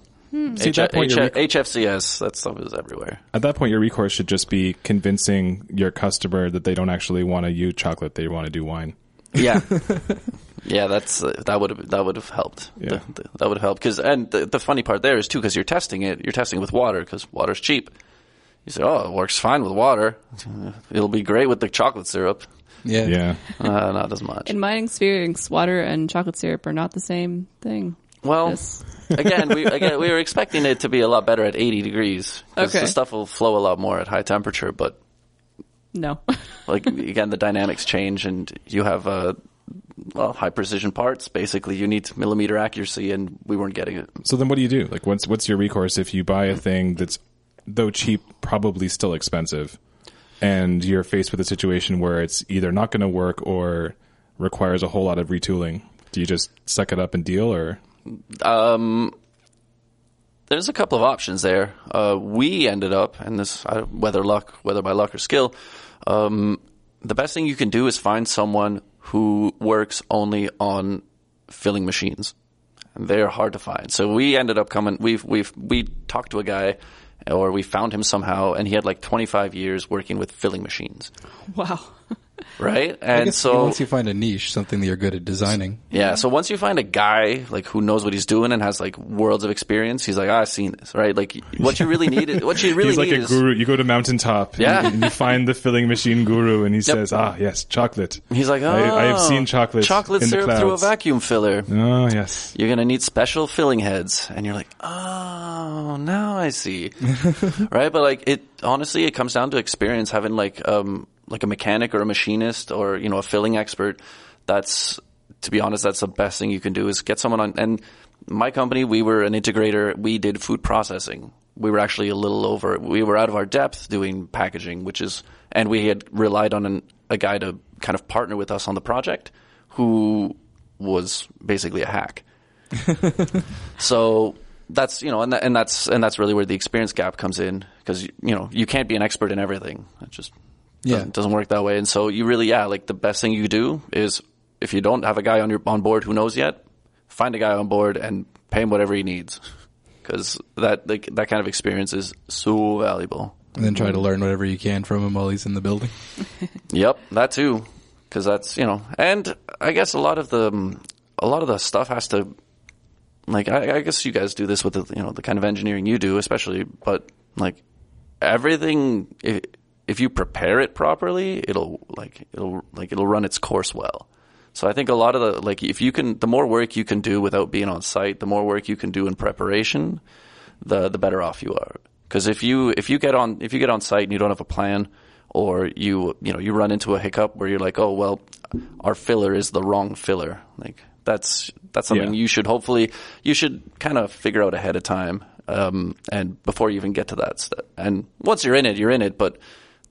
[SPEAKER 1] See, at that point, your rec-
[SPEAKER 4] HFCS, that stuff is everywhere.
[SPEAKER 1] at that point, your recourse should just be convincing your customer that they don't actually want to use chocolate; they want to do wine.
[SPEAKER 4] Yeah, yeah, that's uh, that would have that would have helped.
[SPEAKER 1] Yeah.
[SPEAKER 4] Th- th- that would have helped because and the, the funny part there is too because you're testing it, you're testing with water because water's cheap. You say, oh, it works fine with water. It'll be great with the chocolate syrup.
[SPEAKER 3] yeah
[SPEAKER 1] Yeah,
[SPEAKER 4] Uh, not as much.
[SPEAKER 2] In my experience, water and chocolate syrup are not the same thing.
[SPEAKER 4] Well,
[SPEAKER 2] Yes.
[SPEAKER 4] again, we again we were expecting it to be a lot better at 80 degrees. 'cause
[SPEAKER 2] Okay.
[SPEAKER 4] the stuff will flow a lot more at high temperature, but
[SPEAKER 2] No.
[SPEAKER 4] like again the dynamics change and you have uh, well high precision parts basically you need millimeter accuracy and we weren't getting it
[SPEAKER 1] So then, what do you do? Like, what's what's your recourse if you buy a thing that's though cheap, probably still expensive, and you're faced with a situation where it's either not going to work or requires a whole lot of retooling? Do you just suck it up and deal, or
[SPEAKER 4] there's a couple of options there uh, we ended up and this I, whether luck whether by luck or skill um, the best thing you can do is find someone who works only on filling machines and they're hard to find so we ended up coming we've we've we talked to a guy or we found him somehow and he had like 25 years working with filling machines
[SPEAKER 2] wow.
[SPEAKER 4] right
[SPEAKER 3] I
[SPEAKER 4] and
[SPEAKER 3] guess
[SPEAKER 4] so
[SPEAKER 3] once you find a niche something that you're good at designing
[SPEAKER 1] Mm-hmm.
[SPEAKER 4] Yeah. So once you find a guy like who knows what he's doing and has like worlds of experience, he's like, ah, I've seen this, right? Like what you really need is what you really
[SPEAKER 1] he's like
[SPEAKER 4] need
[SPEAKER 1] a
[SPEAKER 4] is
[SPEAKER 1] guru? You go to mountaintop,
[SPEAKER 4] Yeah.
[SPEAKER 1] and, and you find the filling machine guru, and he says, "Ah, yes, chocolate."
[SPEAKER 4] he's like, oh,
[SPEAKER 1] I, I have seen chocolate,
[SPEAKER 4] chocolate
[SPEAKER 1] in
[SPEAKER 4] syrup
[SPEAKER 1] the
[SPEAKER 4] through a
[SPEAKER 1] clouds.
[SPEAKER 4] vacuum filler.
[SPEAKER 1] Oh yes,
[SPEAKER 4] You're gonna need special filling heads, and you're like, oh, now I see, right? But like it, honestly, it comes down to experience. Having like um like a mechanic or a machinist or you know a filling expert. That's to be honest, that's the best thing you can do is get someone on. And my company, we were an integrator. We did food processing. We were actually a little over. We were out of our depth doing packaging, which is, and we had relied on an, a guy to kind of partner with us on the project, who was basically a hack. So that's you know, and, that, and that's and that's really where the experience gap comes in because you, you know you can't be an expert in everything. It just
[SPEAKER 3] Yeah.
[SPEAKER 4] doesn't, doesn't work that way. And so you really yeah, like the best thing you do is if you don't have a guy on your on board who knows yet, find a guy on board and pay him whatever he needs because that like, that kind of experience is so valuable.
[SPEAKER 3] and then try to learn whatever you can from him while he's in the building
[SPEAKER 4] Yep, that too, because that's you know, and I guess a lot of the um, a lot of the stuff has to, like I, I guess you guys do this with the you know the kind of engineering you do, especially, but like everything, if, if you prepare it properly, it'll like it'll like it'll run its course well. So I think a lot of the like if you can, the more work you can do without being on site, the more work you can do in preparation, the the better off you are. Because if you if you get on if you get on site and you don't have a plan, or you you know you run into a hiccup where you're like, oh well, our filler is the wrong filler. Like that's that's something
[SPEAKER 1] Yeah.
[SPEAKER 4] you should hopefully you should kind of figure out ahead of time, um, and before you even get to that step. And once you're in it, you're in it. But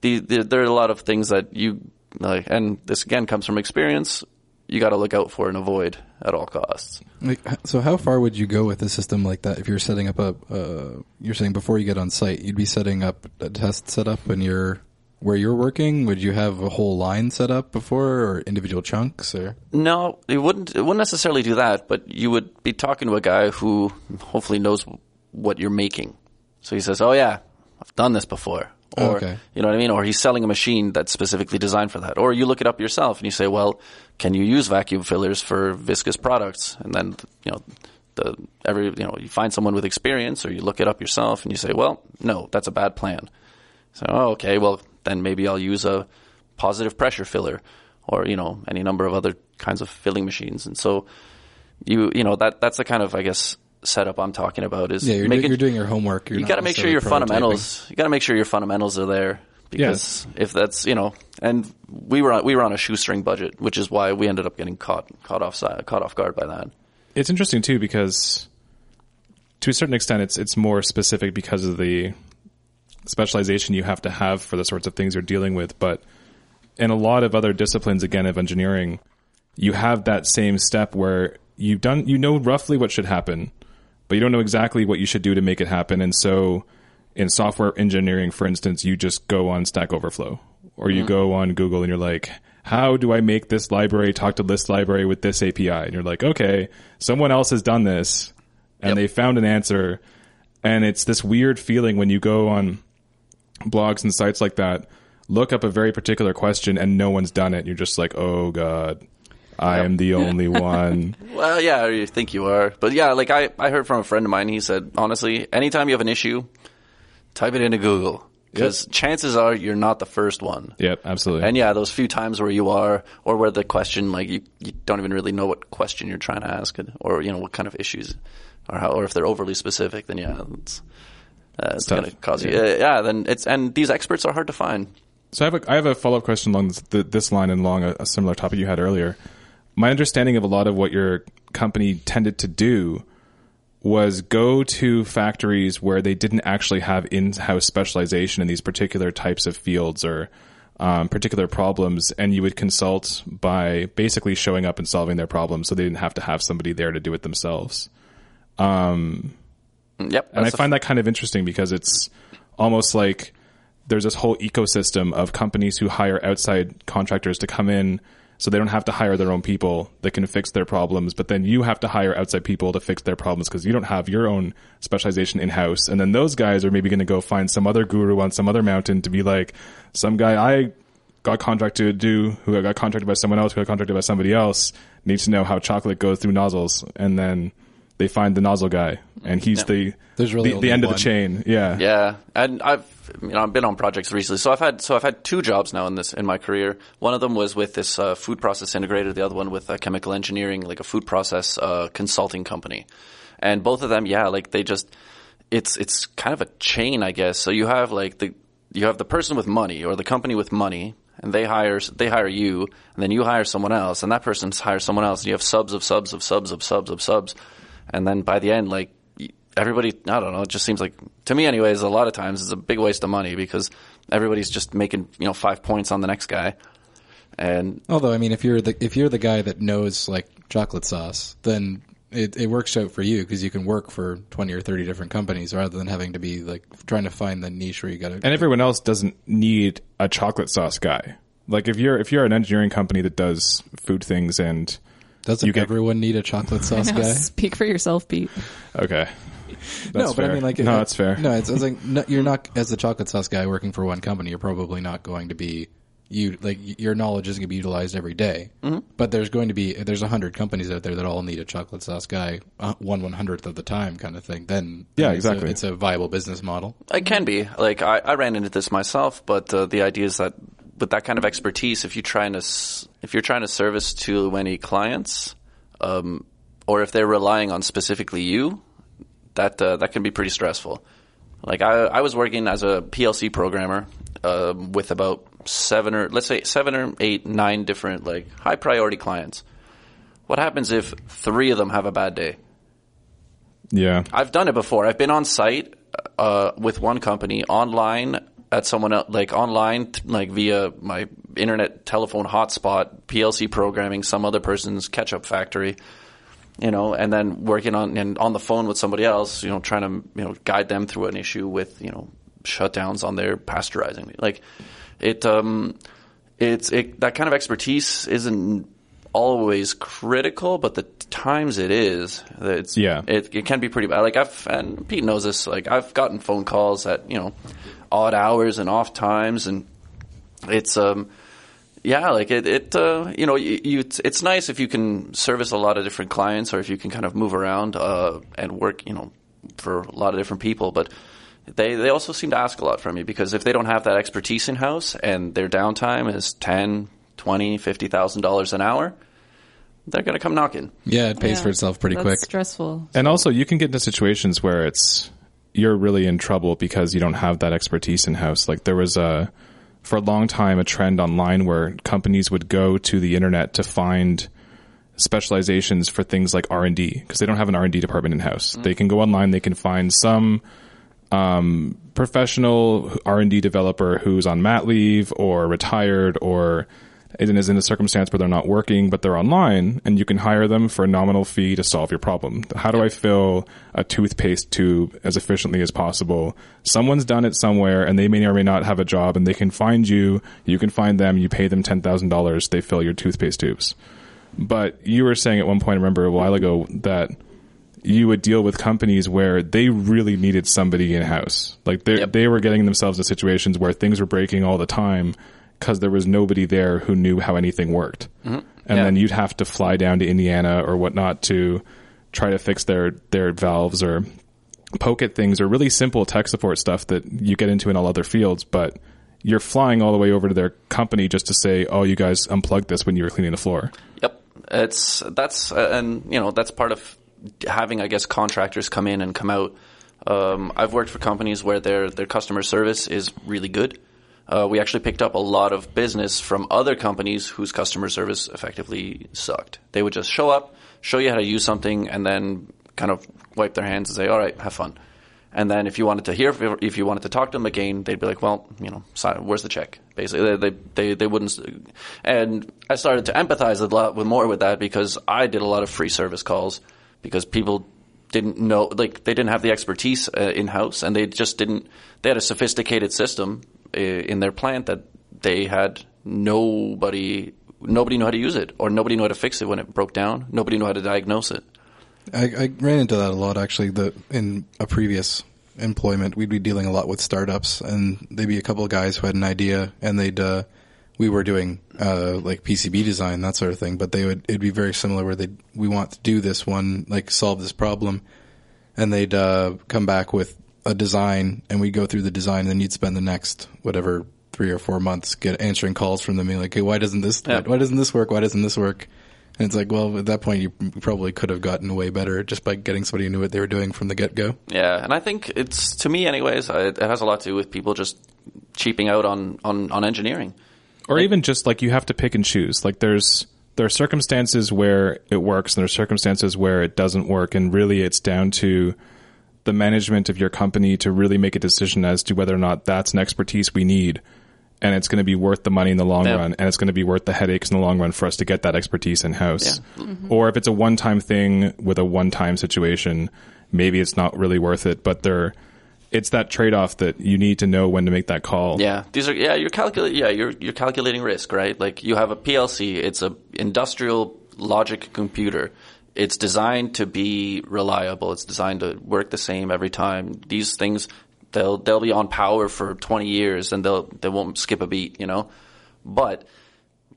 [SPEAKER 4] the, the there are a lot of things that you like, and this again comes from experience. You got to look out for and avoid at all costs.
[SPEAKER 3] Like, h- so how far would you go with a system like that if you're setting up a? Uh, you're saying before you get on site, you'd be setting up a test setup and you're where you're working. Would you have a whole line set up before or individual chunks or?
[SPEAKER 4] No, it wouldn't. It wouldn't necessarily do that, but you would be talking to a guy who hopefully knows what you're making. So he says, "Oh yeah, I've done this before," or
[SPEAKER 3] Okay.
[SPEAKER 4] you know what I mean, or he's selling a machine that's specifically designed for that, or you look it up yourself and you say, "Well, can you use vacuum fillers for viscous products?" And then you know. The, every you know you find someone with experience or you look it up yourself and you say well no that's a bad plan so, oh, okay, well, then maybe I'll use a positive pressure filler or, you know, any number of other kinds of filling machines. And so you, you know, that, that's the kind of, I guess, setup I'm talking about is
[SPEAKER 3] Yeah, you're, do-
[SPEAKER 4] making,
[SPEAKER 3] you're doing your homework. You're
[SPEAKER 4] you
[SPEAKER 3] not
[SPEAKER 4] got to make sure your
[SPEAKER 3] necessarily
[SPEAKER 4] fundamentals, you got to make sure your fundamentals are there because if that's, you know, and we were, on, we were on a shoestring budget, which is why we ended up getting caught, caught off, caught off guard by that.
[SPEAKER 1] it's interesting too because to a certain extent it's it's more specific because of the specialization you have to have for the sorts of things you're dealing with. But in a lot of other disciplines, again, of engineering, you have that same step where you've done, you know roughly what should happen, but you don't know exactly what you should do to make it happen. And so in software engineering, for instance, you just go on Stack Overflow or you go on Google and you're like, how do I make this library talk to this library with this API? And you're like, okay, someone else has done this and
[SPEAKER 4] Yep.
[SPEAKER 1] they found an answer. And it's this weird feeling when you go on blogs and sites like that, look up a very particular question and no one's done it. You're just like, oh God, I am the only one.
[SPEAKER 4] Well, yeah, you think you are. But yeah, like I, I heard from a friend of mine, he said, honestly, anytime you have an issue, type it into Google. Because chances are you're not the first one.
[SPEAKER 1] yep, absolutely.
[SPEAKER 4] And yeah, those few times where you are, or where the question, like you, you don't even really know what question you're trying to ask, or you know what kind of issues, or how, or if they're overly specific, then yeah, it's, uh, it's
[SPEAKER 1] tough.
[SPEAKER 4] going to cause you.
[SPEAKER 1] Yeah.
[SPEAKER 4] Uh, yeah, then it's and these experts are hard to find.
[SPEAKER 1] So I have a, I have a follow up question along this, th- this line and along a, a similar topic you had earlier. My understanding of a lot of what your company tended to do was go to factories where they didn't actually have in house specialization in these particular types of fields or um, particular problems, and you would consult by basically showing up and solving their problems, so they didn't have to have somebody there to do it themselves
[SPEAKER 4] Yep,
[SPEAKER 1] and I
[SPEAKER 4] that's the-
[SPEAKER 1] find that kind of interesting because it's almost like there's this whole ecosystem of companies who hire outside contractors to come in so they don't have to hire their own people that can fix their problems but then you have to hire outside people to fix their problems because you don't have your own specialization in house and then those guys are maybe going to go find some other guru on some other mountain to be like some guy I got contracted to do who got contracted by someone else who got contracted by somebody else needs to know how chocolate goes through nozzles and then they find the nozzle guy and he's the
[SPEAKER 3] There's really
[SPEAKER 1] the,
[SPEAKER 3] only
[SPEAKER 1] the end of
[SPEAKER 3] one.
[SPEAKER 1] the chain. Yeah.
[SPEAKER 4] Yeah, and I've you know I've been on projects recently, so I've had so I've had two jobs now in this in my career. One of them was with this uh, food process integrator, the other one with uh, chemical engineering, like a food process uh, consulting company. And both of them, yeah, like they just it's it's kind of a chain, I guess. So you have like the you have the person with money or the company with money. And they hire they hire you, and then you hire someone else, and that person hires someone else, and you have subs of subs of subs of subs of subs, and then by the end, like everybody i don't know it just seems like to me anyways a lot of times it's a big waste of money because everybody's just making you know five points on the next guy and
[SPEAKER 3] Although, I mean, if you're the if you're the guy that knows like chocolate sauce, then it, it works out for you because you can work for twenty or thirty different companies rather than having to be like trying to find the niche where you got to.
[SPEAKER 1] And everyone else doesn't need a chocolate sauce guy. Like if you're if you're an engineering company that does food things and
[SPEAKER 3] Doesn't
[SPEAKER 1] you get-
[SPEAKER 3] everyone need a chocolate sauce
[SPEAKER 2] Now
[SPEAKER 3] guy?
[SPEAKER 2] Speak for yourself, Pete.
[SPEAKER 1] okay. That's
[SPEAKER 3] no, but
[SPEAKER 1] fair.
[SPEAKER 3] I mean, like,
[SPEAKER 1] no,
[SPEAKER 3] it-
[SPEAKER 1] that's fair.
[SPEAKER 3] No, it's, it's like no, you're not as the chocolate sauce guy working for one company. You're probably not going to be you like y- your knowledge isn't going to be utilized every day. But there's going to be there's a hundred companies out there that all need a chocolate sauce guy uh, one one hundredth of the time kind of thing. Then
[SPEAKER 1] Yeah,
[SPEAKER 3] then it's a-
[SPEAKER 1] exactly.
[SPEAKER 3] It's a viable business model.
[SPEAKER 4] it can be like i, I ran into this myself but uh, the idea is that with that kind of expertise if you're trying to s- if you're trying to service too many clients um, or if they're relying on specifically you that uh, that can be pretty stressful like I, I was working as a PLC programmer um, with about seven or let's say seven or eight, nine different like high priority clients. What happens if three of them have a bad day?
[SPEAKER 1] Yeah.
[SPEAKER 4] I've done it before. I've been on site uh, with one company online at someone else, like online, th- like via my internet telephone hotspot, PLC programming, some other person's ketchup factory, you know, and then working on and on the phone with somebody else, you know, trying to you know guide them through an issue with you know shutdowns on their pasteurizing, like it. um it's it, that kind of expertise isn't always critical, but the times it is, it's
[SPEAKER 1] Yeah.
[SPEAKER 4] it, it can be pretty bad. Like I've and Pete knows this. Like I've gotten phone calls at you know odd hours and off times, and it's um yeah, like it it uh, you know you, you it's- it's nice if you can service a lot of different clients or if you can kind of move around uh, and work you know for a lot of different people, but. They they also seem to ask a lot from you because if they don't have that expertise in house and their downtime is ten, twenty, fifty thousand dollars an hour, they're gonna come knocking.
[SPEAKER 3] Yeah, it pays
[SPEAKER 2] Yeah.
[SPEAKER 3] for itself pretty
[SPEAKER 2] That's
[SPEAKER 3] quick.
[SPEAKER 2] Stressful.
[SPEAKER 1] And also, you can get into situations where it's you're really in trouble because you don't have that expertise in house. Like there was a for a long time a trend online where companies would go to the internet to find specializations for things like R and D because they don't have an R and D department in house. They can go online, they can find some um, professional R&D developer who's on mat leave or retired or is in- is in a circumstance where they're not working but they're online and you can hire them for a nominal fee to solve your problem. How do I fill a toothpaste tube as efficiently as possible? Someone's done it somewhere and they may or may not have a job and they can find you, you can find them, you pay them $10,000, they fill your toothpaste tubes. But you were saying at one point, I remember a while ago, that you would deal with companies where they really needed somebody in house. Like they
[SPEAKER 4] Yep.
[SPEAKER 1] they were getting themselves in situations where things were breaking all the time because there was nobody there who knew how anything worked. And
[SPEAKER 4] Mm-hmm. Yeah.
[SPEAKER 1] then you'd have to fly down to Indiana or whatnot to try to fix their their valves or poke at things or really simple tech support stuff that you get into in all other fields, but you're flying all the way over to their company just to say, "Oh, you guys unplugged this when you were cleaning the floor."
[SPEAKER 4] Yep, it's that's uh, and you know that's part of having I guess contractors come in and come out. Um, I've worked for companies where their their customer service is really good. Uh, we actually picked up a lot of business from other companies whose customer service effectively sucked. They would just show up, show you how to use something, and then kind of wipe their hands and say, "All right, have fun." And then if you wanted to hear, if you wanted to talk to them again, they'd be like, well, you know, si- where's the check? Basically, they, they, they, they wouldn't. s- And I started to empathize a lot with more with that because I did a lot of free service calls because people didn't know, like they didn't have the expertise uh, in house and they just didn't, they had a sophisticated system uh, in their plant that they had nobody, nobody knew how to use it or nobody knew how to fix it when it broke down. Nobody knew how to diagnose it.
[SPEAKER 3] I, I ran into that a lot actually. The in a previous employment, we'd be dealing a lot with startups, and there'd be a couple of guys who had an idea, and they'd uh, we were doing uh, like PCB design that sort of thing, but they would it'd be very similar where they would we want to do this one like solve this problem, and they'd uh, come back with a design, and we'd go through the design, and then you'd spend the next whatever three or four months get answering calls from them, being like, hey, why doesn't this
[SPEAKER 4] Yeah.
[SPEAKER 3] why doesn't this work? Why doesn't this work? And it's like, well, at that point, you probably could have gotten way better just by getting somebody who knew what they were doing from the get go.
[SPEAKER 4] Yeah, and I think it's to me, anyways. I, it has a lot to do with people just cheaping out on on, on engineering.
[SPEAKER 1] or even just like you have to pick and choose like there's there are circumstances where it works and there are circumstances where it doesn't work and really it's down to the management of your company to really make a decision as to whether or not that's an expertise we need and it's going to be worth the money in the long
[SPEAKER 4] Yeah.
[SPEAKER 1] run and it's going to be worth the headaches in the long run for us to get that expertise in house or if it's a one time thing with a one time situation maybe it's not really worth it but there it's that trade off that you need to know when to make that call
[SPEAKER 4] Yeah, these are yeah. You're calculating yeah. You're you're calculating risk, right? Like you have a PLC. It's a industrial logic computer. It's designed to be reliable. It's designed to work the same every time. These things they'll they'll be on power for 20 years and they'll they won't skip a beat. You know, but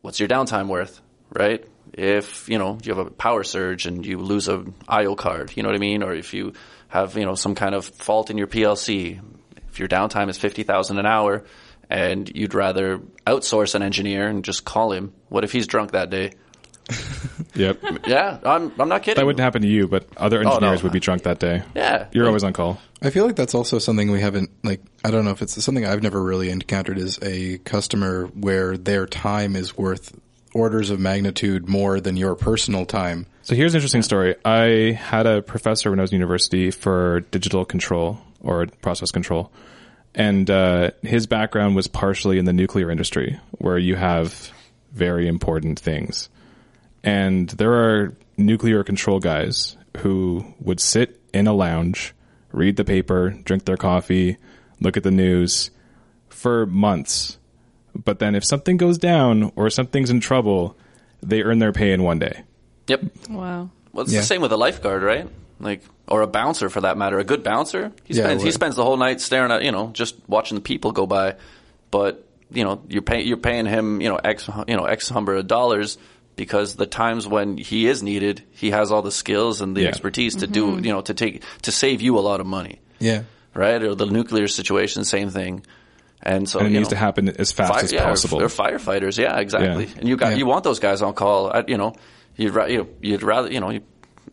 [SPEAKER 4] what's your downtime worth, right? If you know you have a power surge and you lose a IO card, you know what I mean, or if you have you know some kind of fault in your PLC, if your downtime is fifty thousand an hour, and you'd rather outsource an engineer and just call him, what if he's drunk that day?
[SPEAKER 1] yep
[SPEAKER 4] Yeah, I'm I'm not kidding.
[SPEAKER 1] That wouldn't happen to you, but other engineers
[SPEAKER 4] Oh, no.
[SPEAKER 1] would be drunk that day.
[SPEAKER 4] Yeah.
[SPEAKER 1] You're always on call.
[SPEAKER 3] I feel like that's also something we haven't, like, I don't know if it's something I've never really encountered is a customer where their time is worth orders of magnitude more than your personal time.
[SPEAKER 1] So here's an interesting story. I had a professor when I was in university for digital control or process control. And uh, his background was partially in the nuclear industry, where you have very important things. And there are nuclear control guys who would sit in a lounge, read the paper, drink their coffee, look at the news for months. But then if something goes down or something's in trouble, they earn their pay in one day.
[SPEAKER 4] Yep.
[SPEAKER 2] Wow.
[SPEAKER 4] Well, it's
[SPEAKER 3] Yeah.
[SPEAKER 4] the same with a lifeguard, right? Like, or a bouncer for that matter. A good bouncer, he
[SPEAKER 3] Yeah,
[SPEAKER 4] spends he
[SPEAKER 3] right.
[SPEAKER 4] spends the whole night staring at you know just watching the people go by. But you know you're paying you're paying him you know x you know x number of dollars because the times when he is needed, he has all the skills and the
[SPEAKER 1] Yeah.
[SPEAKER 4] expertise to do you know to take to save you a lot of money,
[SPEAKER 3] Yeah.
[SPEAKER 4] right? Or the nuclear situation, same thing. And so
[SPEAKER 1] and it
[SPEAKER 4] you
[SPEAKER 1] needs
[SPEAKER 4] know,
[SPEAKER 1] to happen as fast
[SPEAKER 4] fire-
[SPEAKER 1] as
[SPEAKER 4] yeah, or-
[SPEAKER 1] possible.
[SPEAKER 4] Or, firefighters, yeah, exactly.
[SPEAKER 1] Yeah.
[SPEAKER 4] And you got
[SPEAKER 3] Yeah.
[SPEAKER 4] you want those guys on call. I, you know, you'd ra- you, you'd rather you know, you,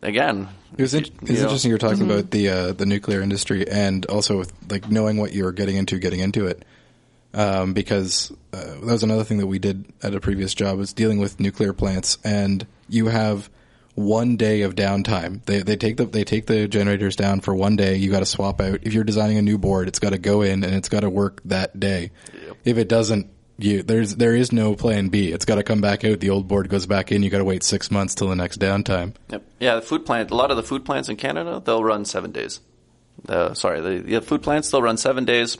[SPEAKER 4] again,
[SPEAKER 3] It was, in- it was
[SPEAKER 4] Yeah.
[SPEAKER 3] interesting you were talking about the uh, the nuclear industry and also with, like knowing what you were getting into, getting into it. Um, because uh, that was another thing that we did at a previous job was dealing with nuclear plants, and you have one day of downtime. They they take the they take the generators down for one day. You got to swap out. If you're designing a new board, it's got to go in and it's got to work that day. If it doesn't, you there's there is no plan B. It's got to come back out. The old board goes back in. You got to wait six months till the next downtime.
[SPEAKER 4] Yep. Yeah, the food plant. A lot of the food plants in Canada, they'll run seven days. Uh, sorry, the, the food plants they'll run seven days.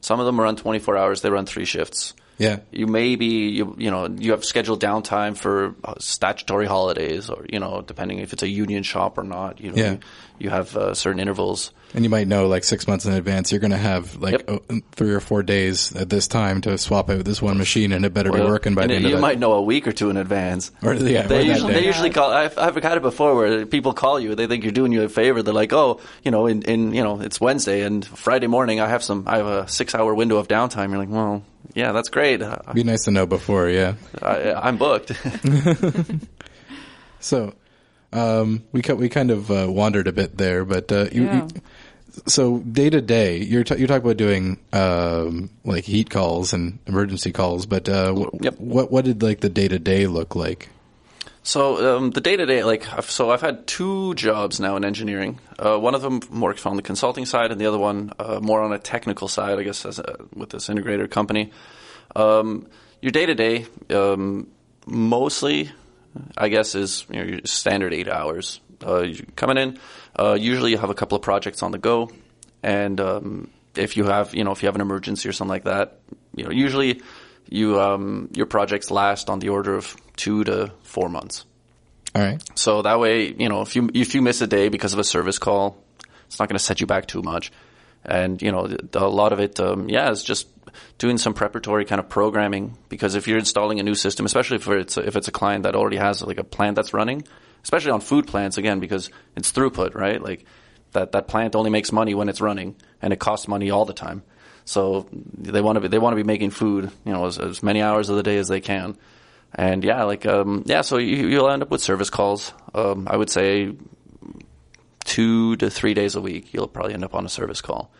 [SPEAKER 4] Some of them run 24 hours. They run three shifts.
[SPEAKER 3] Yeah,
[SPEAKER 4] You maybe you you know you have scheduled downtime for uh, statutory holidays, or you know depending if it's a union shop or not. You know,
[SPEAKER 3] Yeah.
[SPEAKER 4] you, you have uh, certain intervals.
[SPEAKER 3] and you might know like six months in advance you're going to have like
[SPEAKER 4] Yep.
[SPEAKER 3] o three or four days at this time to swap out this one machine, and it better be working by
[SPEAKER 4] And
[SPEAKER 3] the end
[SPEAKER 4] you
[SPEAKER 3] of it.
[SPEAKER 4] might know a week or two in advance.
[SPEAKER 3] Or- yeah, or
[SPEAKER 4] they,
[SPEAKER 3] that
[SPEAKER 4] usually,
[SPEAKER 3] day.
[SPEAKER 4] they usually call. I've, I've had it before where people call you. They think you're doing you a favor. They're like, oh, you know, in, in you know, it's Wednesday and Friday morning. I have some. I have a six hour window of downtime. You're like, well, yeah, that's great. I,
[SPEAKER 3] be nice to know before, yeah.
[SPEAKER 4] I, I'm booked.
[SPEAKER 3] So um, we co- we kind of uh, wandered a bit there, but uh, you,
[SPEAKER 2] Yeah.
[SPEAKER 3] you, so day to day, you're t- you talk about doing um, like heat calls and emergency calls, but uh, w-
[SPEAKER 4] Yep.
[SPEAKER 3] what what did like the day to day look like?
[SPEAKER 4] So um, the day to day, like, I've, so I've had two jobs now in engineering. Uh, one of them more on the consulting side, and the other one uh, more on a technical side, I guess, as a, with this integrator company. Um, your day to day, mostly, I guess, is you know, your standard eight hours. Uh, you're coming in, uh, usually you have a couple of projects on the go, and um, if you have, you know, if you have an emergency or something like that, you know, usually you um, your projects last on the order of two to four months.
[SPEAKER 3] All right,
[SPEAKER 4] So that way, you know, if you if you miss a day because of a service call, it's not going to set you back too much. And you know, th- a lot of it, um, yeah, is just doing some preparatory kind of programming because if you're installing a new system, especially if it's a, if it's a client that already has like a plant that's running, especially on food plants again because it's throughput, right? Like that that plant only makes money when it's running, and it costs money all the time. So they want to be they want to be making food, you know, as, as many hours of the day as they can. And yeah, like um, yeah, so you, you'll end up with service calls. Um, I would say two to three days a week, you'll probably end up on a service call.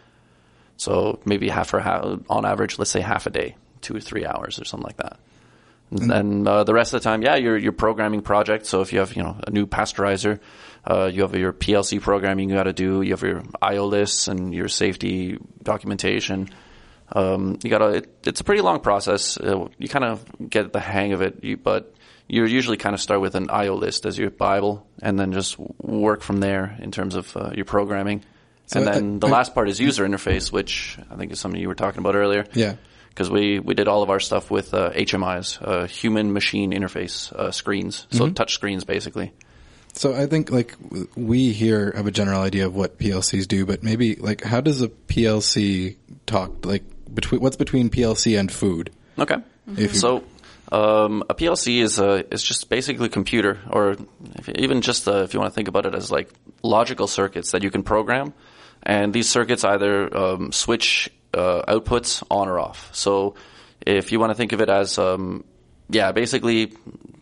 [SPEAKER 4] So maybe half or half, on average, let's say half a day, two or three hours or something like that. And then uh, the rest of the time, yeah, you're, you're programming projects. So if you have, you know, a new pasteurizer, uh, you have your PLC programming you got to do. You have your IO lists and your safety documentation. Um, you got to, it, it's a pretty long process. Uh, you kind of get the hang of it, you, but you usually kind of start with an IO list as your Bible and then just work from there in terms of uh, your programming. and
[SPEAKER 3] I-
[SPEAKER 4] then the
[SPEAKER 3] I-
[SPEAKER 4] last part is user interface, which I think is something you were talking about earlier
[SPEAKER 3] yeah.
[SPEAKER 4] because we, we did all of our stuff with uh, HMIs, uh, human machine interface uh, screens, so touch screens basically.
[SPEAKER 3] So I think like w- we here have a general idea of what PLCs do, but maybe like how does a PLC talk like between what's between PLC and food?
[SPEAKER 4] Okay.
[SPEAKER 3] If you-
[SPEAKER 4] so um, a PLC is a is just basically a computer, or if, even just uh if you want to think about it as like logical circuits that you can program, and these circuits either um, switch uh, outputs on or off. So if you want to think of it as um, yeah, basically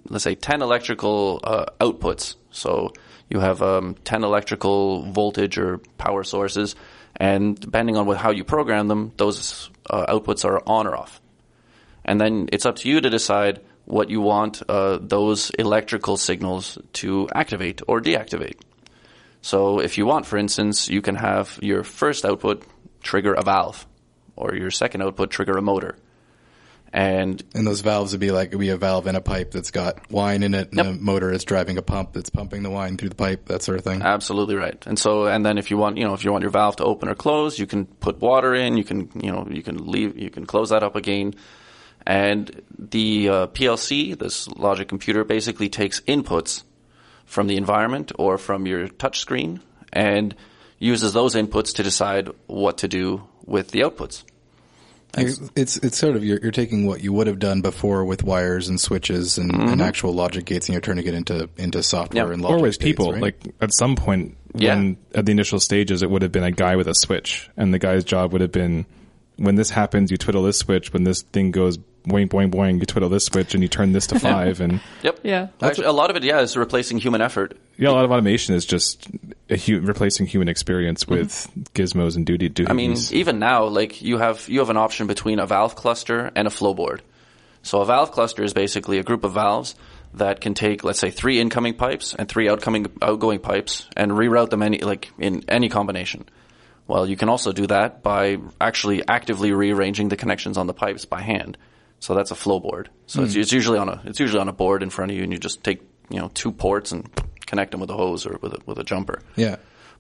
[SPEAKER 4] let's say ten electrical uh, outputs. So you have um, ten electrical voltage or power sources, and depending on what, how you program them, those uh, outputs are on or off and then it's up to you to decide what you want uh, those electrical signals to activate or deactivate. So if you want, for instance, you can have your first output trigger a valve, or your second output trigger a motor, and
[SPEAKER 3] And those valves would be like it would be a valve in a pipe that's got wine in it, and
[SPEAKER 4] Yep.
[SPEAKER 3] a motor is driving a pump that's pumping the wine through the pipe, that sort of thing.
[SPEAKER 4] Absolutely right. And so, and then if you want, you know, if you want your valve to open or close, you can put water in. You can, you know, you can leave. You can close that up again. And the uh, PLC, this logic computer, basically takes inputs from the environment or from your touch screen and uses those inputs to decide what to do with the outputs.
[SPEAKER 3] It's it's- it's sort of you're, you're taking what you would have done before with wires and switches and,
[SPEAKER 4] Mm-hmm.
[SPEAKER 3] and actual logic gates, and you're turning it into into software
[SPEAKER 4] Yeah.
[SPEAKER 3] and
[SPEAKER 1] or
[SPEAKER 3] logic
[SPEAKER 1] with
[SPEAKER 3] gates,
[SPEAKER 1] people.
[SPEAKER 3] right?
[SPEAKER 1] Like at some point,
[SPEAKER 4] Yeah.
[SPEAKER 1] when at the initial stages, it would have been a guy with a switch, and the guy's job would have been when this happens, you twiddle this switch. When this thing goes boing boing boing, you twiddle this switch, and you turn this to five. and
[SPEAKER 4] Yep.
[SPEAKER 2] Yeah.
[SPEAKER 4] Actually, a lot of it, yeah, is replacing human effort.
[SPEAKER 1] yeah, a lot of automation is just a hu- replacing human experience with gizmos and duty duties.
[SPEAKER 4] Mm-hmm. I mean, e- even now, like you have you have an option between a valve cluster and a flow board. So a valve cluster is basically a group of valves that can take, let's say, three incoming pipes and three outcoming outgoing pipes and reroute them any like in any combination. Well, you can also do that by actually actively rearranging the connections on the pipes by hand. So that's a flow board. So it's, it's usually on a it's usually on a board in front of you, and you just take you know two ports and connect them with a hose or with a, with a jumper
[SPEAKER 3] Yeah.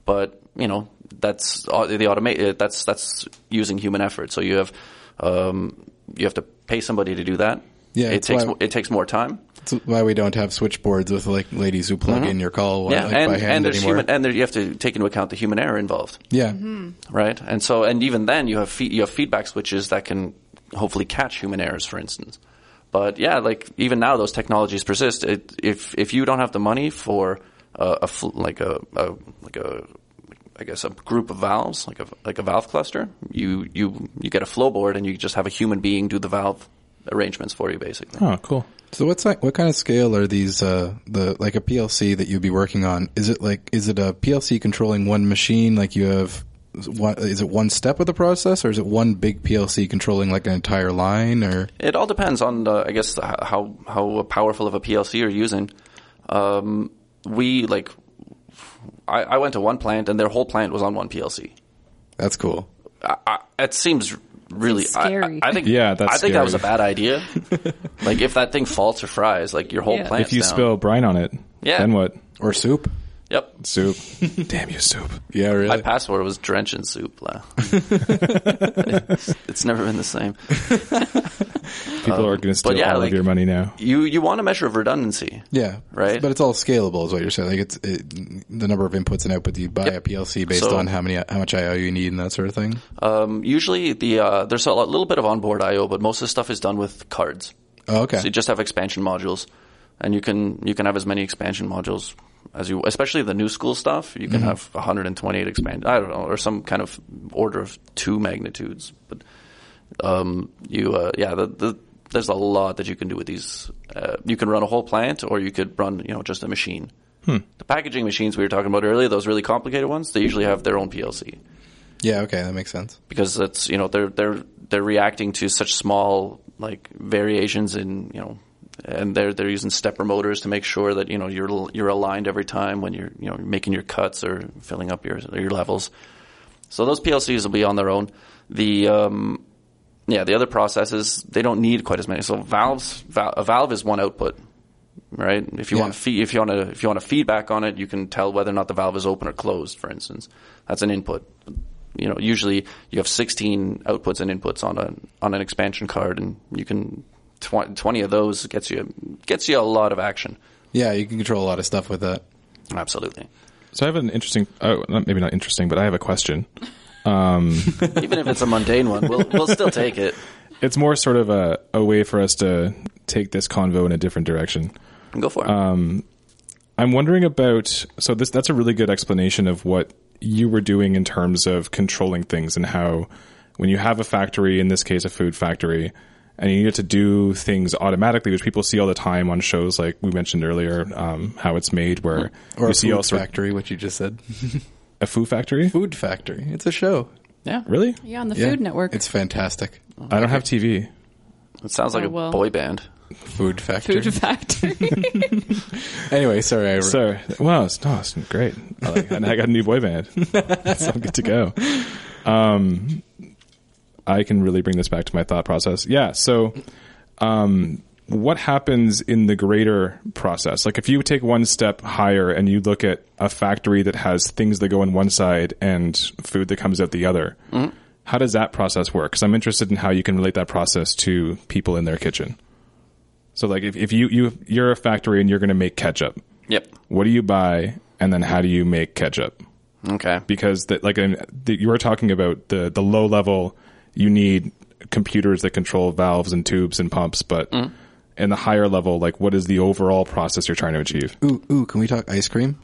[SPEAKER 4] but you know that's au- the automate. That's that's using human effort. So you have um, you have to pay somebody to do that.
[SPEAKER 3] Yeah,
[SPEAKER 4] it
[SPEAKER 3] it's
[SPEAKER 4] takes
[SPEAKER 3] why-
[SPEAKER 4] mo- it takes more time.
[SPEAKER 3] That's why we don't have switchboards with like ladies who plug in your call
[SPEAKER 4] Mm-hmm. yeah,
[SPEAKER 3] like,
[SPEAKER 4] and
[SPEAKER 3] by hand
[SPEAKER 4] and there's
[SPEAKER 3] anymore.
[SPEAKER 4] human and there, you have to take into account the human error involved,
[SPEAKER 3] yeah.
[SPEAKER 4] right? And so and even then you have fe- you have feedback switches that can hopefully catch human errors, for instance. But yeah, like even now those technologies persist. It, if if you don't have the money for uh, a fl- like a, a like a I guess a group of valves, like a like a valve cluster. You you you get a flow board and you just have a human being do the valve arrangements for you, basically.
[SPEAKER 1] Oh, cool.
[SPEAKER 3] So what's like, what kind of scale are these uh the like a PLC that you'd be working on? Is it like is it a PLC controlling one machine like you have one, is it one step of the process or is it one big PLC controlling like an entire line or
[SPEAKER 4] It all depends on the, I guess the, how how powerful of a PLC you're using. Um, we like I, I went to one plant and their whole plant was on one PLC.
[SPEAKER 3] That's cool.
[SPEAKER 4] I, I, it seems really
[SPEAKER 2] It's scary.
[SPEAKER 4] I, I think
[SPEAKER 1] Yeah, that's
[SPEAKER 4] I think that
[SPEAKER 1] scary.
[SPEAKER 4] was a bad idea. like if that thing faults or fries, like your whole
[SPEAKER 2] Yeah.
[SPEAKER 4] plant.
[SPEAKER 1] If you spill brine on it,
[SPEAKER 4] Yeah.
[SPEAKER 1] then what?
[SPEAKER 3] Or soup?
[SPEAKER 4] yep.
[SPEAKER 1] Soup. Damn you, soup.
[SPEAKER 3] Yeah, really.
[SPEAKER 4] My password was drench in soup. la. it's never been the same.
[SPEAKER 1] People are going to steal
[SPEAKER 4] Um, yeah,
[SPEAKER 1] all
[SPEAKER 4] like-
[SPEAKER 1] of your money now.
[SPEAKER 4] You you want a measure of redundancy.
[SPEAKER 3] yeah,
[SPEAKER 4] Right.
[SPEAKER 3] But it's all scalable, is what you're saying. Like it's it, the number of inputs and outputs you buy a PLC based
[SPEAKER 4] So-
[SPEAKER 3] on how many how much IO you need and that sort of thing.
[SPEAKER 4] Um, usually the uh, there's a lot- little bit of onboard I/O, but most of the stuff is done with cards.
[SPEAKER 3] Oh, okay.
[SPEAKER 4] So you just have expansion modules, and you can you can have as many expansion modules as you, especially the new school stuff. You can have 128 expand. I don't know, or some kind of order of two magnitudes. But um, you, uh, yeah, the, the, there's a lot that you can do with these. Uh, you can run a whole plant, or you could run you know just a machine. The packaging machines we were talking about earlier, those really complicated ones, they usually have their own PLC
[SPEAKER 3] yeah, okay, that makes sense.
[SPEAKER 4] because that's you know they're they're they're reacting to such small like variations in you know and they're they're using stepper motors to make sure that you know you're you're aligned every time when you're you know making your cuts or filling up your your levels. So those PLCs will be on their own. The um, yeah, the other processes they don't need quite as many. So valves, val- a valve is one output, right? If you
[SPEAKER 3] Yeah.
[SPEAKER 4] want fee- if you want to if you want a feedback on it, you can tell whether or not the valve is open or closed. For instance, that's an input. You know, usually you have 16 outputs and inputs on a on an expansion card, and you can tw- 20 of those gets you gets you a lot of action.
[SPEAKER 3] Yeah, you can control a lot of stuff with that.
[SPEAKER 4] Absolutely.
[SPEAKER 1] So I have an interesting, oh, not- maybe not interesting, but I have a question.
[SPEAKER 4] Even if it's a mundane one, we'll we'll still take it.
[SPEAKER 1] It's more sort of a, a way for us to take this convo in a different direction.
[SPEAKER 4] Go for it.
[SPEAKER 1] I'm wondering about so this that's a really good explanation of what you were doing in terms of controlling things and how when you have a factory in this case a food factory and you need it to do things automatically which people see all the time on shows like we mentioned earlier um, how it's made where
[SPEAKER 3] Or
[SPEAKER 1] you
[SPEAKER 3] a
[SPEAKER 1] see
[SPEAKER 3] food
[SPEAKER 1] all sort
[SPEAKER 3] factory, which you just said.
[SPEAKER 1] a food factory
[SPEAKER 3] food factory. It's a show.
[SPEAKER 4] yeah,
[SPEAKER 1] really
[SPEAKER 2] Yeah, on the
[SPEAKER 3] Yeah.
[SPEAKER 2] Food Network.
[SPEAKER 3] It's fantastic.
[SPEAKER 1] I don't have TV
[SPEAKER 4] it sounds like
[SPEAKER 2] Oh,
[SPEAKER 4] a
[SPEAKER 2] well.
[SPEAKER 4] boy band.
[SPEAKER 3] Food factory.
[SPEAKER 2] Food Factory.
[SPEAKER 3] anyway, sorry. I,
[SPEAKER 1] so wow it's, no, it's great I, like, and I got a new boy band so I'm good to go um, I can really bring this back to my thought process yeah so um, what happens in the greater process? Like if you take one step higher and you look at a factory that has things that go in one side and food that comes out the other, how does that process work? Because I'm interested in how you can relate that process to people in their kitchen. So like if, if you, you you're a factory and you're going to make ketchup,
[SPEAKER 4] Yep.
[SPEAKER 1] what do you buy and then how do you make ketchup?
[SPEAKER 4] Okay.
[SPEAKER 1] because that like in, the, you were talking about the the low level you need computers that control valves and tubes and pumps but in the higher level like what is the overall process you're trying to achieve
[SPEAKER 3] ooh, ooh, can we talk ice cream?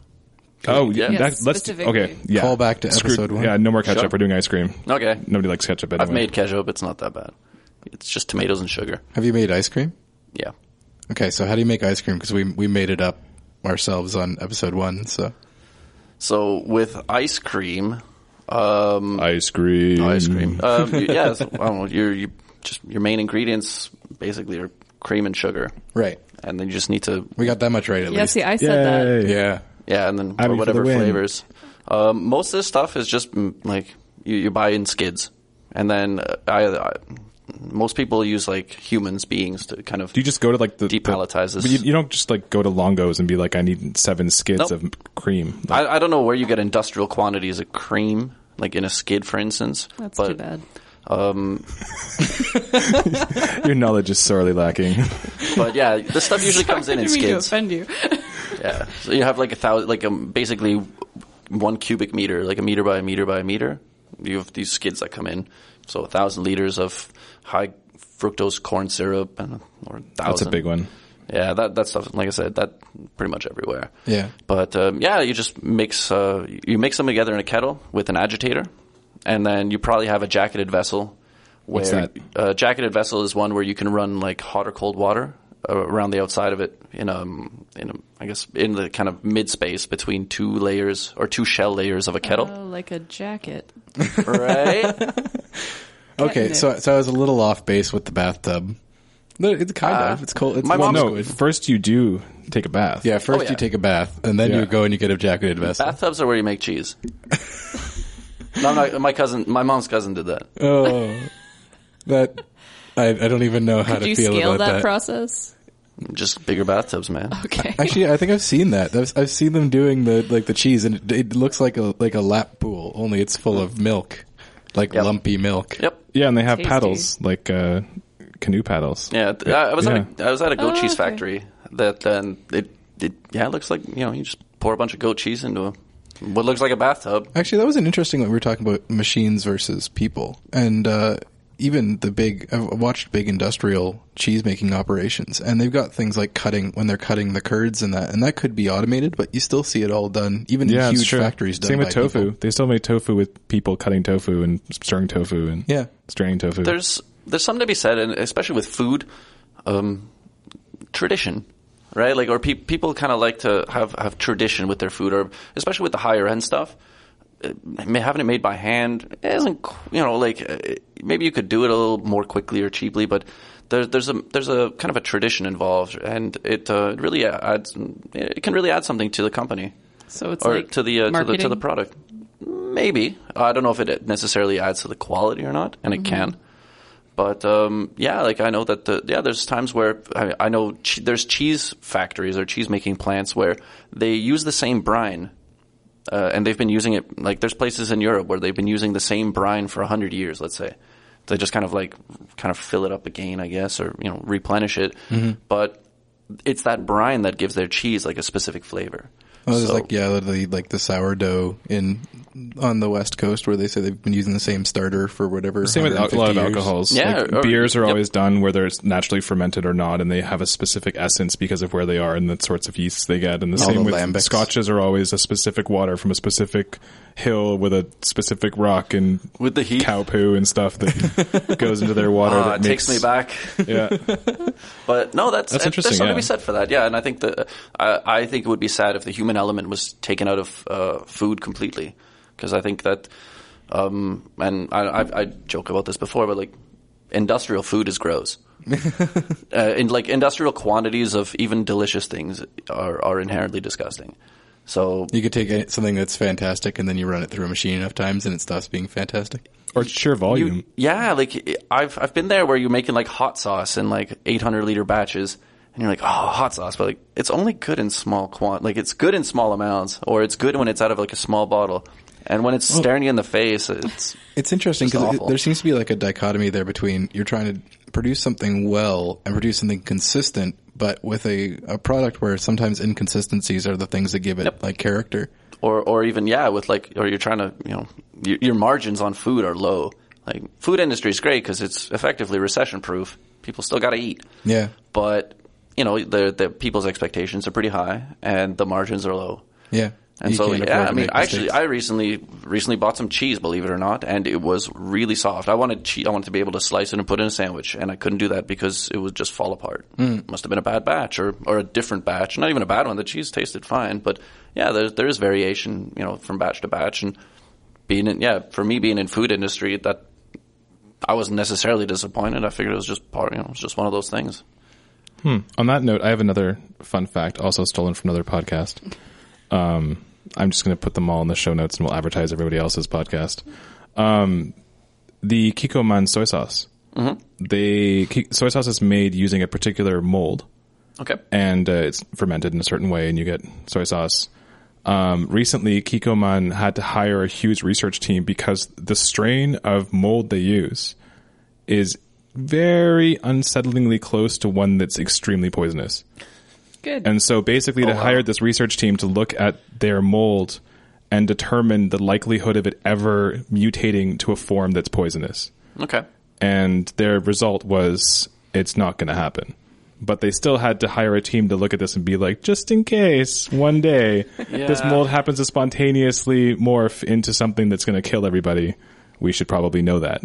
[SPEAKER 1] oh yeah
[SPEAKER 4] Yes,
[SPEAKER 1] that- let's
[SPEAKER 2] specifically.
[SPEAKER 1] okay yeah
[SPEAKER 3] Call back to
[SPEAKER 1] Screw-
[SPEAKER 3] episode one.
[SPEAKER 1] yeah no more ketchup
[SPEAKER 4] Sure.
[SPEAKER 1] we're doing ice cream
[SPEAKER 4] Okay.
[SPEAKER 1] nobody likes ketchup anyway.
[SPEAKER 4] I've made ketchup. It's not that bad. It's just tomatoes and sugar.
[SPEAKER 3] Have you made ice cream?
[SPEAKER 4] Yeah.
[SPEAKER 3] Okay, so how do you make ice cream? Because we we made it up ourselves on episode one. So
[SPEAKER 4] So with ice cream, um,
[SPEAKER 1] ice cream
[SPEAKER 4] ice cream. Um, you, yeah. so, I don't know. Your you just your main ingredients basically are cream and sugar,
[SPEAKER 3] Right.
[SPEAKER 4] and then you just need to
[SPEAKER 3] We got that much right at
[SPEAKER 2] Yeah,
[SPEAKER 3] least.
[SPEAKER 2] see, I said that.
[SPEAKER 1] Yay.
[SPEAKER 3] yeah.
[SPEAKER 4] yeah, and then
[SPEAKER 1] Abby
[SPEAKER 4] or
[SPEAKER 1] for the
[SPEAKER 4] whatever
[SPEAKER 1] win.
[SPEAKER 4] flavors. Um, most of this stuff is just mm, like you, you buy in skids, and then uh, I, I most people use like humans beings to kind of
[SPEAKER 1] Do you just go to like the
[SPEAKER 4] Depalletize
[SPEAKER 1] the-
[SPEAKER 4] this.
[SPEAKER 1] but you, you don't just like go to Longo's and be like, I need seven skids
[SPEAKER 4] Nope.
[SPEAKER 1] of cream. Like,
[SPEAKER 4] I, I don't know where you get industrial quantities of cream, like in a skid, for instance.
[SPEAKER 2] That's
[SPEAKER 4] but
[SPEAKER 2] too bad.
[SPEAKER 1] your knowledge is sorely lacking.
[SPEAKER 4] But yeah, this stuff usually comes in in
[SPEAKER 2] Didn't mean to
[SPEAKER 4] skids.
[SPEAKER 2] offend you.
[SPEAKER 4] Yeah, so you have like a thousand, like um, basically one cubic meter, like a meter by a meter by a meter. You have these skids that come in, so a thousand liters of high fructose corn syrup, and or a thousand.
[SPEAKER 1] That's a big one.
[SPEAKER 4] Yeah, that that stuff. Like I said, that pretty much everywhere.
[SPEAKER 3] Yeah.
[SPEAKER 4] But um, yeah, you just mix uh, you mix them together in a kettle with an agitator, and then you probably have a jacketed vessel. Where,
[SPEAKER 1] What's that?
[SPEAKER 4] A jacketed vessel is one where you can run like hot or cold water uh, around the outside of it in um in a, I guess in the kind of mid space between two layers or two shell layers of a kettle,
[SPEAKER 2] Oh, like a jacket.
[SPEAKER 4] right?
[SPEAKER 3] Okay,
[SPEAKER 2] Getting
[SPEAKER 3] so so I was a little off base with the bathtub. No, It's kind of. It's cold. It's
[SPEAKER 4] my
[SPEAKER 3] well,
[SPEAKER 4] mom's
[SPEAKER 1] No, first you do take a bath.
[SPEAKER 3] Yeah, first
[SPEAKER 4] Oh, yeah.
[SPEAKER 3] you take a bath, and then
[SPEAKER 1] Yeah.
[SPEAKER 3] you go and you get a jacketed vest.
[SPEAKER 4] Bathtubs are where you make cheese. no, I'm not- my cousin, my mom's cousin did that.
[SPEAKER 3] Oh, that I, I don't even know how
[SPEAKER 2] Did
[SPEAKER 3] to
[SPEAKER 2] you
[SPEAKER 3] feel
[SPEAKER 2] scale
[SPEAKER 3] about
[SPEAKER 2] that,
[SPEAKER 3] that.
[SPEAKER 2] process?
[SPEAKER 4] Just bigger bathtubs, man.
[SPEAKER 2] Okay.
[SPEAKER 3] Actually, I think I've seen that. I've, I've seen them doing the like the cheese, and it, it looks like a like a lap pool, only it's full of milk, like
[SPEAKER 4] Yep.
[SPEAKER 3] lumpy milk.
[SPEAKER 4] Yep.
[SPEAKER 1] Yeah, and they have
[SPEAKER 2] Tasty.
[SPEAKER 1] paddles like uh, canoe paddles.
[SPEAKER 4] Yeah, th- I I was at a, I was at a goat
[SPEAKER 2] Oh,
[SPEAKER 4] cheese
[SPEAKER 2] okay.
[SPEAKER 4] factory that then it, it yeah it looks like you know you just pour a bunch of goat cheese into a, what looks like a bathtub.
[SPEAKER 3] Actually, that was an interesting one. We were talking about machines versus people, and uh, even the big. I've watched big industrial cheese making operations, and they've got things like cutting when they're cutting the curds and that, and that could be automated, but you still see it all done, even
[SPEAKER 1] Yeah,
[SPEAKER 3] in
[SPEAKER 1] it's
[SPEAKER 3] huge
[SPEAKER 1] true.
[SPEAKER 3] factories. Done
[SPEAKER 1] Same with
[SPEAKER 3] by
[SPEAKER 1] tofu.
[SPEAKER 3] people.
[SPEAKER 1] They still make tofu with people cutting tofu and stirring tofu and
[SPEAKER 3] Yeah.
[SPEAKER 1] straining tofu.
[SPEAKER 4] There's there's something to be said, and especially with food, um, tradition, right? Like or pe- people kind of like to have have tradition with their food, or especially with the higher end stuff. Uh, ma- Having it made by hand isn't, qu- you know, like uh, maybe you could do it a little more quickly or cheaply, but there's there's a there's a kind of a tradition involved, and it uh, it really adds it can really add something to the company
[SPEAKER 2] so it's
[SPEAKER 4] or
[SPEAKER 2] like
[SPEAKER 4] to the uh, to the to the
[SPEAKER 2] marketing?
[SPEAKER 4] product. Maybe I don't know if it necessarily adds to the quality or not, and it
[SPEAKER 2] Mm-hmm.
[SPEAKER 4] can. But um, yeah, like I know that the, yeah, there's times where I, I know che- there's cheese factories or cheese making plants where they use the same brine, uh, and they've been using it like there's places in Europe where they've been using the same brine for hundred years, let's say. They just kind of like kind of fill it up again, I guess, or you know replenish it.
[SPEAKER 3] Mm-hmm.
[SPEAKER 4] But it's that brine that gives their cheese like a specific flavor.
[SPEAKER 3] Oh, there's
[SPEAKER 4] So-
[SPEAKER 3] like yeah, the, like the sourdough in on the west coast where they say they've been using the same starter for whatever.
[SPEAKER 1] Same with al- a lot
[SPEAKER 3] 150
[SPEAKER 1] of
[SPEAKER 3] years.
[SPEAKER 1] alcohols.
[SPEAKER 4] Yeah,
[SPEAKER 1] Like,
[SPEAKER 4] or-
[SPEAKER 1] beers are
[SPEAKER 4] yep.
[SPEAKER 1] always done whether it's naturally fermented or not, and they have a specific essence because of where they are and the sorts of yeasts they get. And the
[SPEAKER 3] All
[SPEAKER 1] same
[SPEAKER 3] the
[SPEAKER 1] with
[SPEAKER 3] lambics.
[SPEAKER 1] scotches are always a specific water from a specific hill with a specific rock and
[SPEAKER 4] With the heat.
[SPEAKER 1] cow poo and stuff that goes into their water.
[SPEAKER 4] Ah,
[SPEAKER 1] that
[SPEAKER 4] it takes me
[SPEAKER 1] makes-
[SPEAKER 4] back.
[SPEAKER 1] Yeah,
[SPEAKER 4] But no, that's,
[SPEAKER 1] That's
[SPEAKER 4] uh,
[SPEAKER 1] interesting,
[SPEAKER 4] There's something
[SPEAKER 1] yeah.
[SPEAKER 4] to be said for that. Yeah, and I think the I, I think it would be sad if the human element was taken out of uh, food completely, because I think that, um, and I, I, I joke about this before, but like industrial food is gross. uh, in like industrial quantities of even delicious things are are inherently disgusting. So
[SPEAKER 3] You could take it- something that's fantastic and then you run it through a machine enough times and it stops being fantastic.
[SPEAKER 1] or sheer volume.
[SPEAKER 4] Yeah, like I've I've been there where you're making like hot sauce in like 800 liter batches, and you're like, oh, hot sauce, but like it's only good in small quant, like it's good in small amounts, or it's good when it's out of like a small bottle, and when it's staring you in the face, it's
[SPEAKER 3] It's interesting
[SPEAKER 4] Just
[SPEAKER 3] because
[SPEAKER 4] awful.
[SPEAKER 3] there seems to be like a dichotomy there between you're trying to produce something well and produce something consistent, but with a, a product where sometimes inconsistencies are the things that give it like character.
[SPEAKER 4] or or even yeah, with like or you're trying to you know your, your margins on food are low. Like food industry is great because it's effectively recession proof. People still got to eat.
[SPEAKER 3] Yeah.
[SPEAKER 4] but you know the the people's expectations are pretty high and the margins are low.
[SPEAKER 3] Yeah.
[SPEAKER 4] And
[SPEAKER 3] You
[SPEAKER 4] so,
[SPEAKER 3] can't
[SPEAKER 4] yeah,
[SPEAKER 3] afford
[SPEAKER 4] I
[SPEAKER 3] to
[SPEAKER 4] mean,
[SPEAKER 3] make
[SPEAKER 4] I actually,
[SPEAKER 3] mistakes.
[SPEAKER 4] I recently recently bought some cheese, believe it or not, and it was really soft. I wanted che- I wanted to be able to slice it and put it in a sandwich, and I couldn't do that because it would just fall apart.
[SPEAKER 3] Hmm.
[SPEAKER 4] Must have been a bad batch or or a different batch, not even a bad one. The cheese tasted fine, but yeah, there there is variation, you know, from batch to batch. And being in, yeah, for me being in food industry, that I wasn't necessarily disappointed. I figured it was just part, you know, it was just one of those things.
[SPEAKER 1] On that note, I have another fun fact, also stolen from another podcast. Um, I'm just going to put them all in the show notes, and we'll advertise everybody else's podcast. Um, the Kikkoman soy sauce.
[SPEAKER 4] Mm-hmm.
[SPEAKER 1] They ki- soy sauce is made using a particular mold,
[SPEAKER 4] Okay.
[SPEAKER 1] and uh, it's fermented in a certain way, and you get soy sauce. Um, recently, Kikkoman had to hire a huge research team because the strain of mold they use is very unsettlingly close to one that's extremely poisonous.
[SPEAKER 2] Good.
[SPEAKER 1] And so basically, they
[SPEAKER 4] wow.
[SPEAKER 1] hired this research team to look at their mold and determine the likelihood of it ever mutating to a form that's poisonous.
[SPEAKER 4] Okay.
[SPEAKER 1] And their result was it's not going to happen. But they still had to hire a team to look at this and be like, just in case, one day this
[SPEAKER 4] Yeah.
[SPEAKER 1] mold happens to spontaneously morph into something that's going to kill everybody. We should probably know that.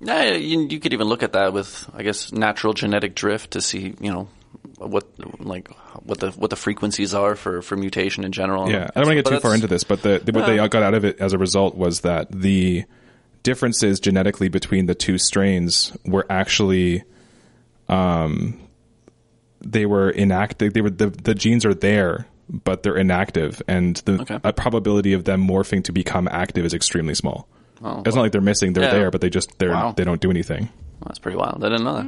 [SPEAKER 4] Yeah, you, you could even look at that with, I guess, natural genetic drift to see, you know, what like what the what the frequencies are for for mutation in general.
[SPEAKER 1] Yeah, I don't want to
[SPEAKER 4] But
[SPEAKER 1] get too far
[SPEAKER 4] that's-
[SPEAKER 1] into this, but the, the what they got out of it as a result was that the differences genetically between the two strains were actually, um, they were inactive. They were the the genes are there, but they're inactive, and the
[SPEAKER 4] Okay.
[SPEAKER 1] uh, probability of them morphing to become active is extremely small. it's not like they're missing; they're
[SPEAKER 4] Oh. Yeah.
[SPEAKER 1] there, but they just they're
[SPEAKER 4] Wow.
[SPEAKER 1] they don't do anything.
[SPEAKER 4] That's pretty wild. I didn't know that.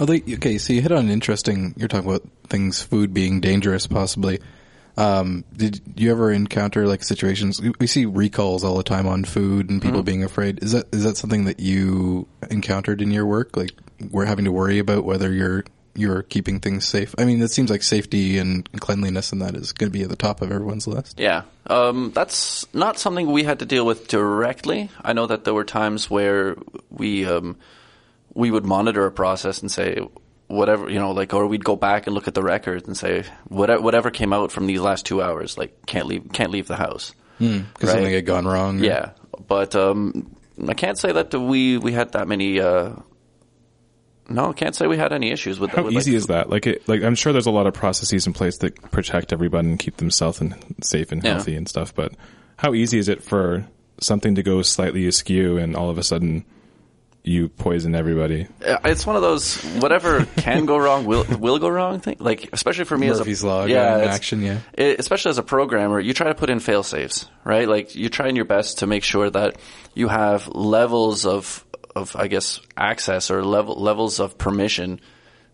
[SPEAKER 3] Oh, they, okay. So you hit on an interesting. You're talking about things, food being dangerous, possibly. Um, did you ever encounter like situations? we- We see recalls all the time on food and
[SPEAKER 4] Mm-hmm.
[SPEAKER 3] people being afraid. Is that is that something that you encountered in your work? Like we're having to worry about whether you're you're keeping things safe. I mean, it seems like safety and cleanliness and that is going to be at the top of everyone's list.
[SPEAKER 4] Yeah, um, that's not something we had to deal with directly. I know that there were times where we um, we would monitor a process and say whatever you know, like, or we'd go back and look at the records and say whatever whatever came out from these last two hours, like can't leave can't leave the house.
[SPEAKER 3] Because
[SPEAKER 4] Mm, Right.
[SPEAKER 3] something had gone wrong. or-
[SPEAKER 4] Yeah, but um, I can't say that we we had that many. Uh, no, I can't say we had any issues with.
[SPEAKER 1] How
[SPEAKER 4] with,
[SPEAKER 1] easy
[SPEAKER 4] like,
[SPEAKER 1] is that? Like, it, like I'm sure there's a lot of processes in place that protect everybody and keep themselves and safe and
[SPEAKER 4] Yeah.
[SPEAKER 1] healthy and stuff. But how easy is it for something to go slightly askew and all of a sudden you poison everybody?
[SPEAKER 4] Uh, it's one of those whatever can go wrong will will go wrong thing. Like especially for me as
[SPEAKER 3] Murphy's
[SPEAKER 4] a
[SPEAKER 3] Law
[SPEAKER 4] yeah,
[SPEAKER 3] in
[SPEAKER 4] it's-
[SPEAKER 3] action, yeah.
[SPEAKER 4] it- especially as a programmer, you try to put in fail safes, right? Like you're trying your best to make sure that you have levels of of I guess access or level levels of permission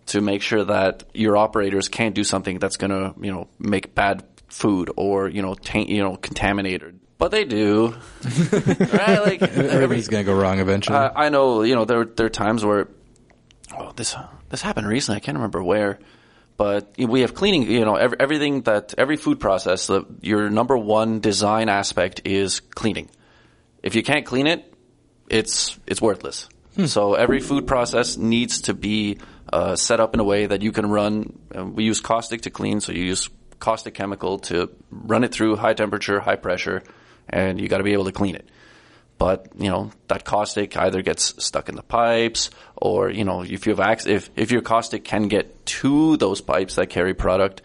[SPEAKER 4] to make sure that your operators can't do something that's going to you know make bad food or you know taint you know contaminate or but they do right like every-
[SPEAKER 3] Everything's going to go wrong eventually.
[SPEAKER 4] I, I know, you know, there there are times where oh, this this happened recently. I can't remember where, but we have cleaning. You know, ev everything that every food process, the, your number one design aspect is cleaning. If you can't clean it, it's it's worthless. So every food process needs to be uh, set up in a way that you can run. Uh, we use caustic to clean, so you use caustic chemical to run it through high temperature, high pressure, and you got to be able to clean it but you know that caustic either gets stuck in the pipes or you know if you have ac- if if your caustic can get to those pipes that carry product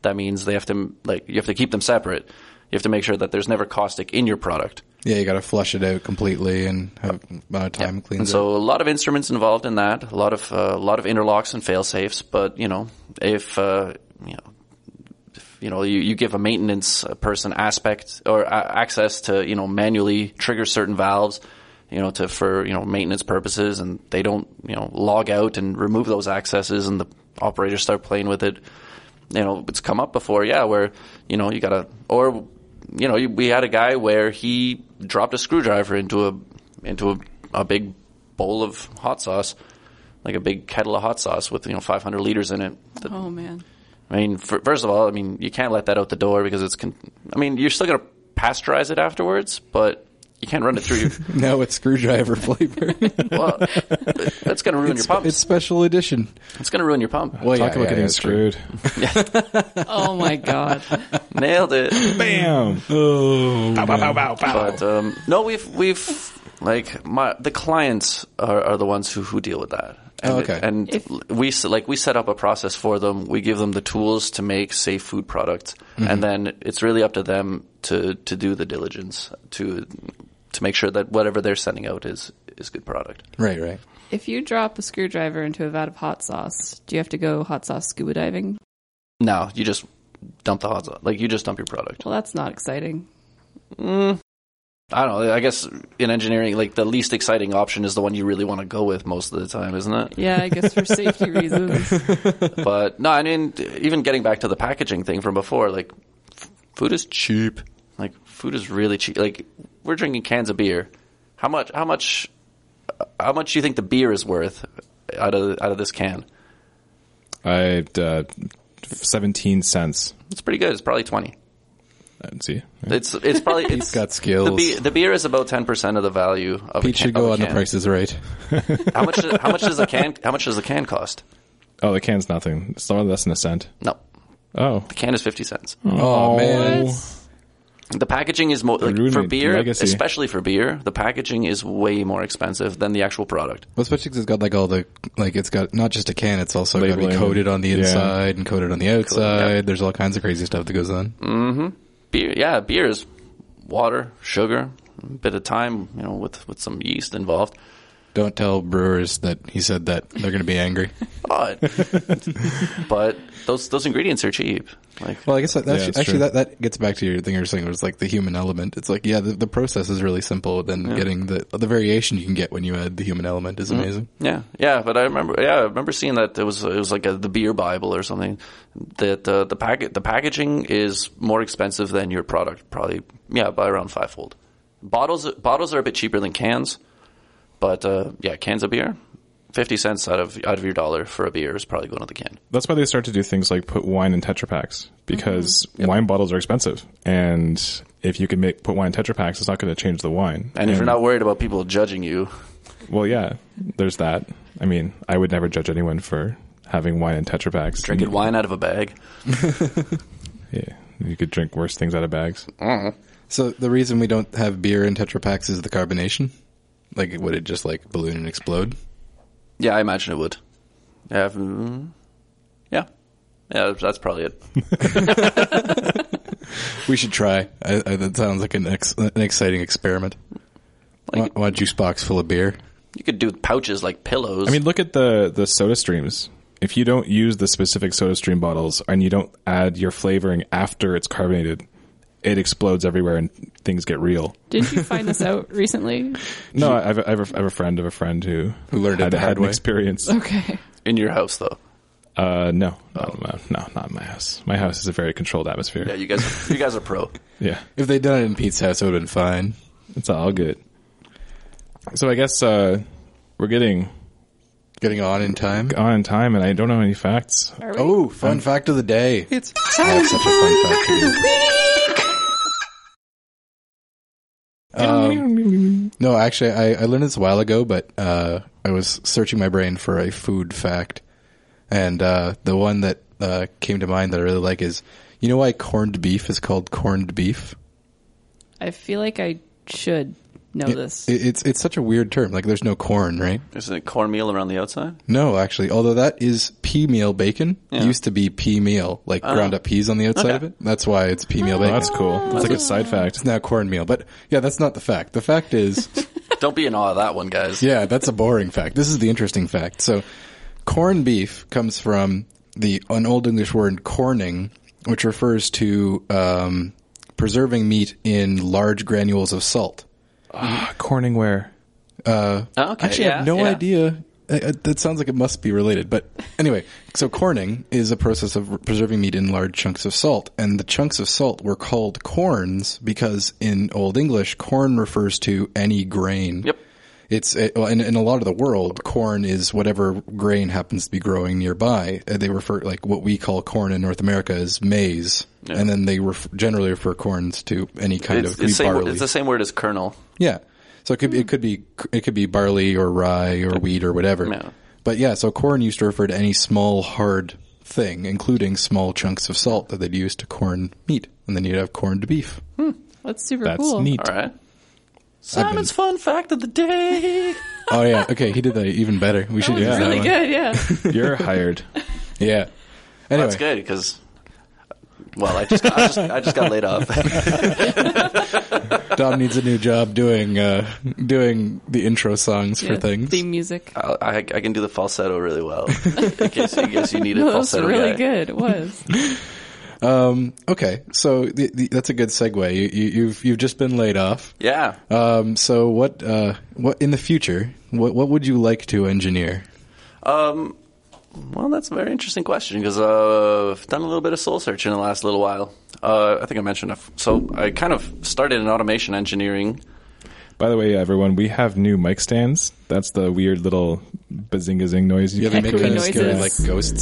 [SPEAKER 4] that means they have to like you have to keep them separate you have to make sure that there's never caustic in your product
[SPEAKER 3] yeah, you got to flush it out completely and have amount of time cleans
[SPEAKER 4] and
[SPEAKER 3] it.
[SPEAKER 4] so a lot of instruments involved in that, a lot of uh, a lot of interlocks and fail safes. But you know, if uh, you know, if, you know, you, you give a maintenance uh, person aspect or a access to you know manually trigger certain valves, you know, to for you know maintenance purposes, and they don't you know log out and remove those accesses, and the operators start playing with it. You know, it's come up before, yeah, where you know you gotta or you know you, we had a guy where he dropped a screwdriver into a into a, a big bowl of hot sauce, like a big kettle of hot sauce with you know 500 liters in it. The-
[SPEAKER 2] oh man.
[SPEAKER 4] I mean, fir- first of all, I mean you can't let that out the door because it's. Con- I mean, you're still gonna pasteurize it afterwards, but you can't run it through your.
[SPEAKER 3] Now it's screwdriver flavor.
[SPEAKER 4] well, that's gonna ruin your pump.
[SPEAKER 3] it's
[SPEAKER 4] It's,
[SPEAKER 3] special edition.
[SPEAKER 4] gonna ruin your pump.
[SPEAKER 3] Well,
[SPEAKER 1] Talk about
[SPEAKER 3] yeah, yeah,
[SPEAKER 1] getting
[SPEAKER 3] yeah, true.
[SPEAKER 1] screwed.
[SPEAKER 2] Oh my god.
[SPEAKER 4] Nailed it.
[SPEAKER 1] Bam! Oh, bow, bow, bow, bow, bow.
[SPEAKER 4] But um, no, we've we've like my the clients are, are the ones who who deal with that. And
[SPEAKER 3] Oh, okay.
[SPEAKER 4] and we s- like we set up a process for them. We give them the tools to make safe food products, and then it's really up to them to to do the diligence to to make sure that whatever they're sending out is is good product.
[SPEAKER 3] Right, right.
[SPEAKER 2] If you drop a screwdriver into a vat of hot sauce, do you have to go hot sauce scuba diving?
[SPEAKER 4] No, you just dump the hot sauce. Like you just dump your product.
[SPEAKER 2] Well, that's not exciting.
[SPEAKER 4] I don't know. I guess in engineering, like the least exciting option is the one you really want to go with most of the time, isn't it?
[SPEAKER 2] Yeah, I guess for safety reasons.
[SPEAKER 4] but no, I mean, even getting back to the packaging thing from before, like f- food is cheap. Like food is really cheap. Like we're drinking cans of beer. How much? How much? uh, How much do you think the beer is worth out of out of this can?
[SPEAKER 1] I uh, seventeen cents.
[SPEAKER 4] It's pretty good. It's probably twenty.
[SPEAKER 1] Let's see.
[SPEAKER 4] It's it's probably it's
[SPEAKER 3] got skills.
[SPEAKER 4] The, be- the beer is about ten percent of the value of
[SPEAKER 3] Pete
[SPEAKER 4] a can.
[SPEAKER 3] should go
[SPEAKER 4] of a
[SPEAKER 3] on the
[SPEAKER 4] can.
[SPEAKER 3] prices right.
[SPEAKER 4] How much? How much does a can? How much does a can cost?
[SPEAKER 1] Oh, the can's nothing. It's less than a cent.
[SPEAKER 4] No,
[SPEAKER 1] Oh,
[SPEAKER 4] the can is fifty cents.
[SPEAKER 3] Oh, man.
[SPEAKER 4] The packaging is more like
[SPEAKER 1] Ruined
[SPEAKER 4] for
[SPEAKER 1] the
[SPEAKER 4] beer,
[SPEAKER 1] legacy.
[SPEAKER 4] especially for beer. The packaging is way more expensive than the actual product.
[SPEAKER 3] Well, especially 'cause it's got like all the like it's got not just a can, it's also got to be
[SPEAKER 1] Labeling.
[SPEAKER 3] coated on the
[SPEAKER 1] Yeah.
[SPEAKER 3] inside and coated on the outside. There's all kinds of crazy stuff that goes on.
[SPEAKER 4] Mm. Beer, yeah, beer is water, sugar, a bit of time, you know, with with some yeast involved.
[SPEAKER 3] Don't tell brewers that he said that; they're going to be angry.
[SPEAKER 4] But but those those ingredients are cheap. Like
[SPEAKER 3] Well, I guess that, that's
[SPEAKER 1] Yeah, it's
[SPEAKER 3] actually
[SPEAKER 1] true.
[SPEAKER 3] that, that gets back to your thing you were saying. It was like the human element. It's like yeah, the, the process is really simple. Then getting the the variation you can get when you add the human element
[SPEAKER 4] Mm-hmm.
[SPEAKER 3] is amazing.
[SPEAKER 4] Yeah, yeah, but I remember, yeah, I remember seeing that there was it was like a, the beer Bible or something. That uh, the packet the packaging is more expensive than your product, probably yeah, by around fivefold. Bottles bottles are a bit cheaper than cans, but uh, yeah, cans of beer, fifty cents out of out of your dollar for a beer is probably going to the can.
[SPEAKER 1] That's why they start to do things like put wine in Tetra packs because
[SPEAKER 3] Mm-hmm.
[SPEAKER 1] wine bottles are expensive, and if you can make put wine in Tetra packs, it's not going to change the wine.
[SPEAKER 4] And if you're not worried about people judging you,
[SPEAKER 1] well, yeah, there's that. I mean, I would never judge anyone for having wine in Tetra packs.
[SPEAKER 4] drinking wine out of a bag,
[SPEAKER 1] yeah, you could drink worse things out of bags.
[SPEAKER 3] So the reason we don't have beer in Tetra Packs is the carbonation. Like, would it just like balloon and explode?
[SPEAKER 4] yeah, I imagine it would. Yeah, mm, yeah, yeah, that's probably it.
[SPEAKER 3] We should try. I, I, that sounds like an ex, an exciting experiment. One, one juice box full of beer.
[SPEAKER 4] You could do pouches like pillows.
[SPEAKER 1] I mean, look at the the soda streams. If you don't use the specific soda stream bottles and you don't add your flavoring after it's carbonated, it explodes everywhere and things get real.
[SPEAKER 2] Did you find this out recently?
[SPEAKER 1] No, I have, a, I, have a, I have a friend of a friend who
[SPEAKER 3] Who learned it
[SPEAKER 1] had,
[SPEAKER 3] the
[SPEAKER 1] had
[SPEAKER 3] hard
[SPEAKER 1] an
[SPEAKER 3] way.
[SPEAKER 1] experience.
[SPEAKER 2] Okay.
[SPEAKER 4] in your house though.
[SPEAKER 1] Uh, no, no, no, no, not my house. My house is a very controlled atmosphere.
[SPEAKER 4] Yeah,
[SPEAKER 1] Yeah,
[SPEAKER 4] you guys, you guys are pro.
[SPEAKER 3] If they'd done it in Pete's house, it would have been fine.
[SPEAKER 1] it's all good. So I guess uh, we're getting
[SPEAKER 3] Getting on in time.
[SPEAKER 1] on time, and I don't know any facts.
[SPEAKER 2] Are we?
[SPEAKER 3] Oh, fun fact of the day. It's That's such a fun fact. of the week. Um, no, actually, I, I learned this a while ago, but uh, I was searching my brain for a food fact, and uh, the one that uh, came to mind that I really like is, you know, why corned beef is called corned beef?
[SPEAKER 2] I feel like I should know this.
[SPEAKER 3] It, it's it's such a weird term. Like, there's no corn, right?
[SPEAKER 4] Isn't it cornmeal around the outside?
[SPEAKER 3] No, actually, although that is pea meal bacon.
[SPEAKER 4] Yeah. Oh.
[SPEAKER 3] Used to be pea meal, like ground up peas on the outside
[SPEAKER 4] Okay.
[SPEAKER 3] of it. That's why it's pea meal
[SPEAKER 1] Oh,
[SPEAKER 3] bacon.
[SPEAKER 1] that's cool. That's like a side fact.
[SPEAKER 3] It's now cornmeal. But yeah, that's not the fact. The fact is,
[SPEAKER 4] Don't be in awe of that one, guys.
[SPEAKER 3] yeah, that's a boring fact. This is the interesting fact. So corned beef comes from the an old English word corning, which refers to um, preserving meat in large granules of salt.
[SPEAKER 1] Ah, Corningware.
[SPEAKER 4] Oh, okay,
[SPEAKER 3] Actually, I
[SPEAKER 4] yeah,
[SPEAKER 3] have no
[SPEAKER 4] yeah.
[SPEAKER 3] idea. I- I- That sounds like it must be related, but anyway. So corning is a process of preserving meat in large chunks of salt, and the chunks of salt were called corns because in Old English, corn refers to any grain.
[SPEAKER 4] Yep.
[SPEAKER 3] It's uh, well, in, in a lot of the world, corn is whatever grain happens to be growing nearby. Uh, They refer like what we call corn in North America is maize, and then they ref- generally refer corns to any kind
[SPEAKER 4] It's,
[SPEAKER 3] of wheat
[SPEAKER 4] it's, same, word-
[SPEAKER 3] barley.
[SPEAKER 4] it's the same word as kernel.
[SPEAKER 3] Yeah. So it could
[SPEAKER 2] Hmm.
[SPEAKER 3] be, it could be it could be barley or rye or wheat or whatever.
[SPEAKER 4] Yeah.
[SPEAKER 3] But yeah, so corn used to refer to any small hard thing, including small chunks of salt that they'd use to corn meat, and then you'd have corned beef.
[SPEAKER 2] That's super
[SPEAKER 1] That's
[SPEAKER 2] cool.
[SPEAKER 1] neat.
[SPEAKER 4] All right. Simon's fun fact of the day.
[SPEAKER 3] Oh yeah, okay, he did that even better. We should
[SPEAKER 2] That was
[SPEAKER 3] use that
[SPEAKER 2] really
[SPEAKER 3] one.
[SPEAKER 2] good, yeah.
[SPEAKER 1] You're hired.
[SPEAKER 3] Yeah. Anyway,
[SPEAKER 4] That's good because Well, I just got, I just, I just got laid off.
[SPEAKER 3] Dom needs a new job doing uh, doing the intro songs for
[SPEAKER 2] Yeah,
[SPEAKER 3] things.
[SPEAKER 2] Theme music.
[SPEAKER 4] I'll- I, I can do the falsetto really well. In case, in case you need a
[SPEAKER 2] No, that was
[SPEAKER 4] falsetto
[SPEAKER 2] really
[SPEAKER 4] guy.
[SPEAKER 2] good. It was.
[SPEAKER 3] Um, okay, so the, the, that's a good segue. You, you, you've you've just been laid off.
[SPEAKER 4] Yeah.
[SPEAKER 3] Um, so what uh, what in the future? What what would you like to engineer?
[SPEAKER 4] Well, that's a very interesting question because uh, I've done a little bit of soul searching in the last little while. Uh, I think I mentioned. I've- So I kind of started in automation engineering.
[SPEAKER 1] By the way, everyone, we have new mic stands. That's the weird little bazinga zing noise. You
[SPEAKER 3] Yeah, they
[SPEAKER 1] can
[SPEAKER 3] make
[SPEAKER 2] Echoey
[SPEAKER 1] hear.
[SPEAKER 3] kind of scary, like
[SPEAKER 2] noises.
[SPEAKER 3] ghost
[SPEAKER 1] Yeah.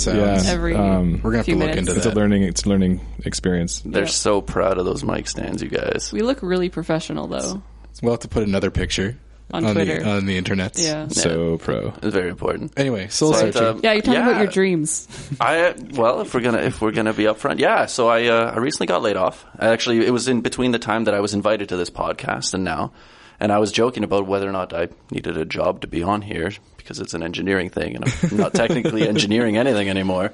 [SPEAKER 3] sounds.
[SPEAKER 2] Every
[SPEAKER 1] Um,
[SPEAKER 3] We're gonna have
[SPEAKER 2] few
[SPEAKER 3] to look
[SPEAKER 2] minutes.
[SPEAKER 3] into
[SPEAKER 1] It's a
[SPEAKER 3] that.
[SPEAKER 1] learning. It's a learning experience.
[SPEAKER 4] They're
[SPEAKER 2] Yeah.
[SPEAKER 4] so proud of those mic stands, you guys.
[SPEAKER 2] We look really professional, though.
[SPEAKER 3] We'll have to put another picture
[SPEAKER 2] On Twitter.
[SPEAKER 3] the on the internet.
[SPEAKER 2] Yeah.
[SPEAKER 1] So pro.
[SPEAKER 4] It's very important.
[SPEAKER 3] Anyway, soul
[SPEAKER 4] But,
[SPEAKER 3] searching.
[SPEAKER 4] um,
[SPEAKER 2] Yeah, you're talking about
[SPEAKER 4] yeah.
[SPEAKER 2] your dreams.
[SPEAKER 4] I well, if we're gonna if we're gonna be upfront, yeah. So I uh, I recently got laid off. Actually, it was in between the time that I was invited to this podcast and now, and I was joking about whether or not I needed a job to be on here because it's an engineering thing, and I'm not technically engineering anything anymore.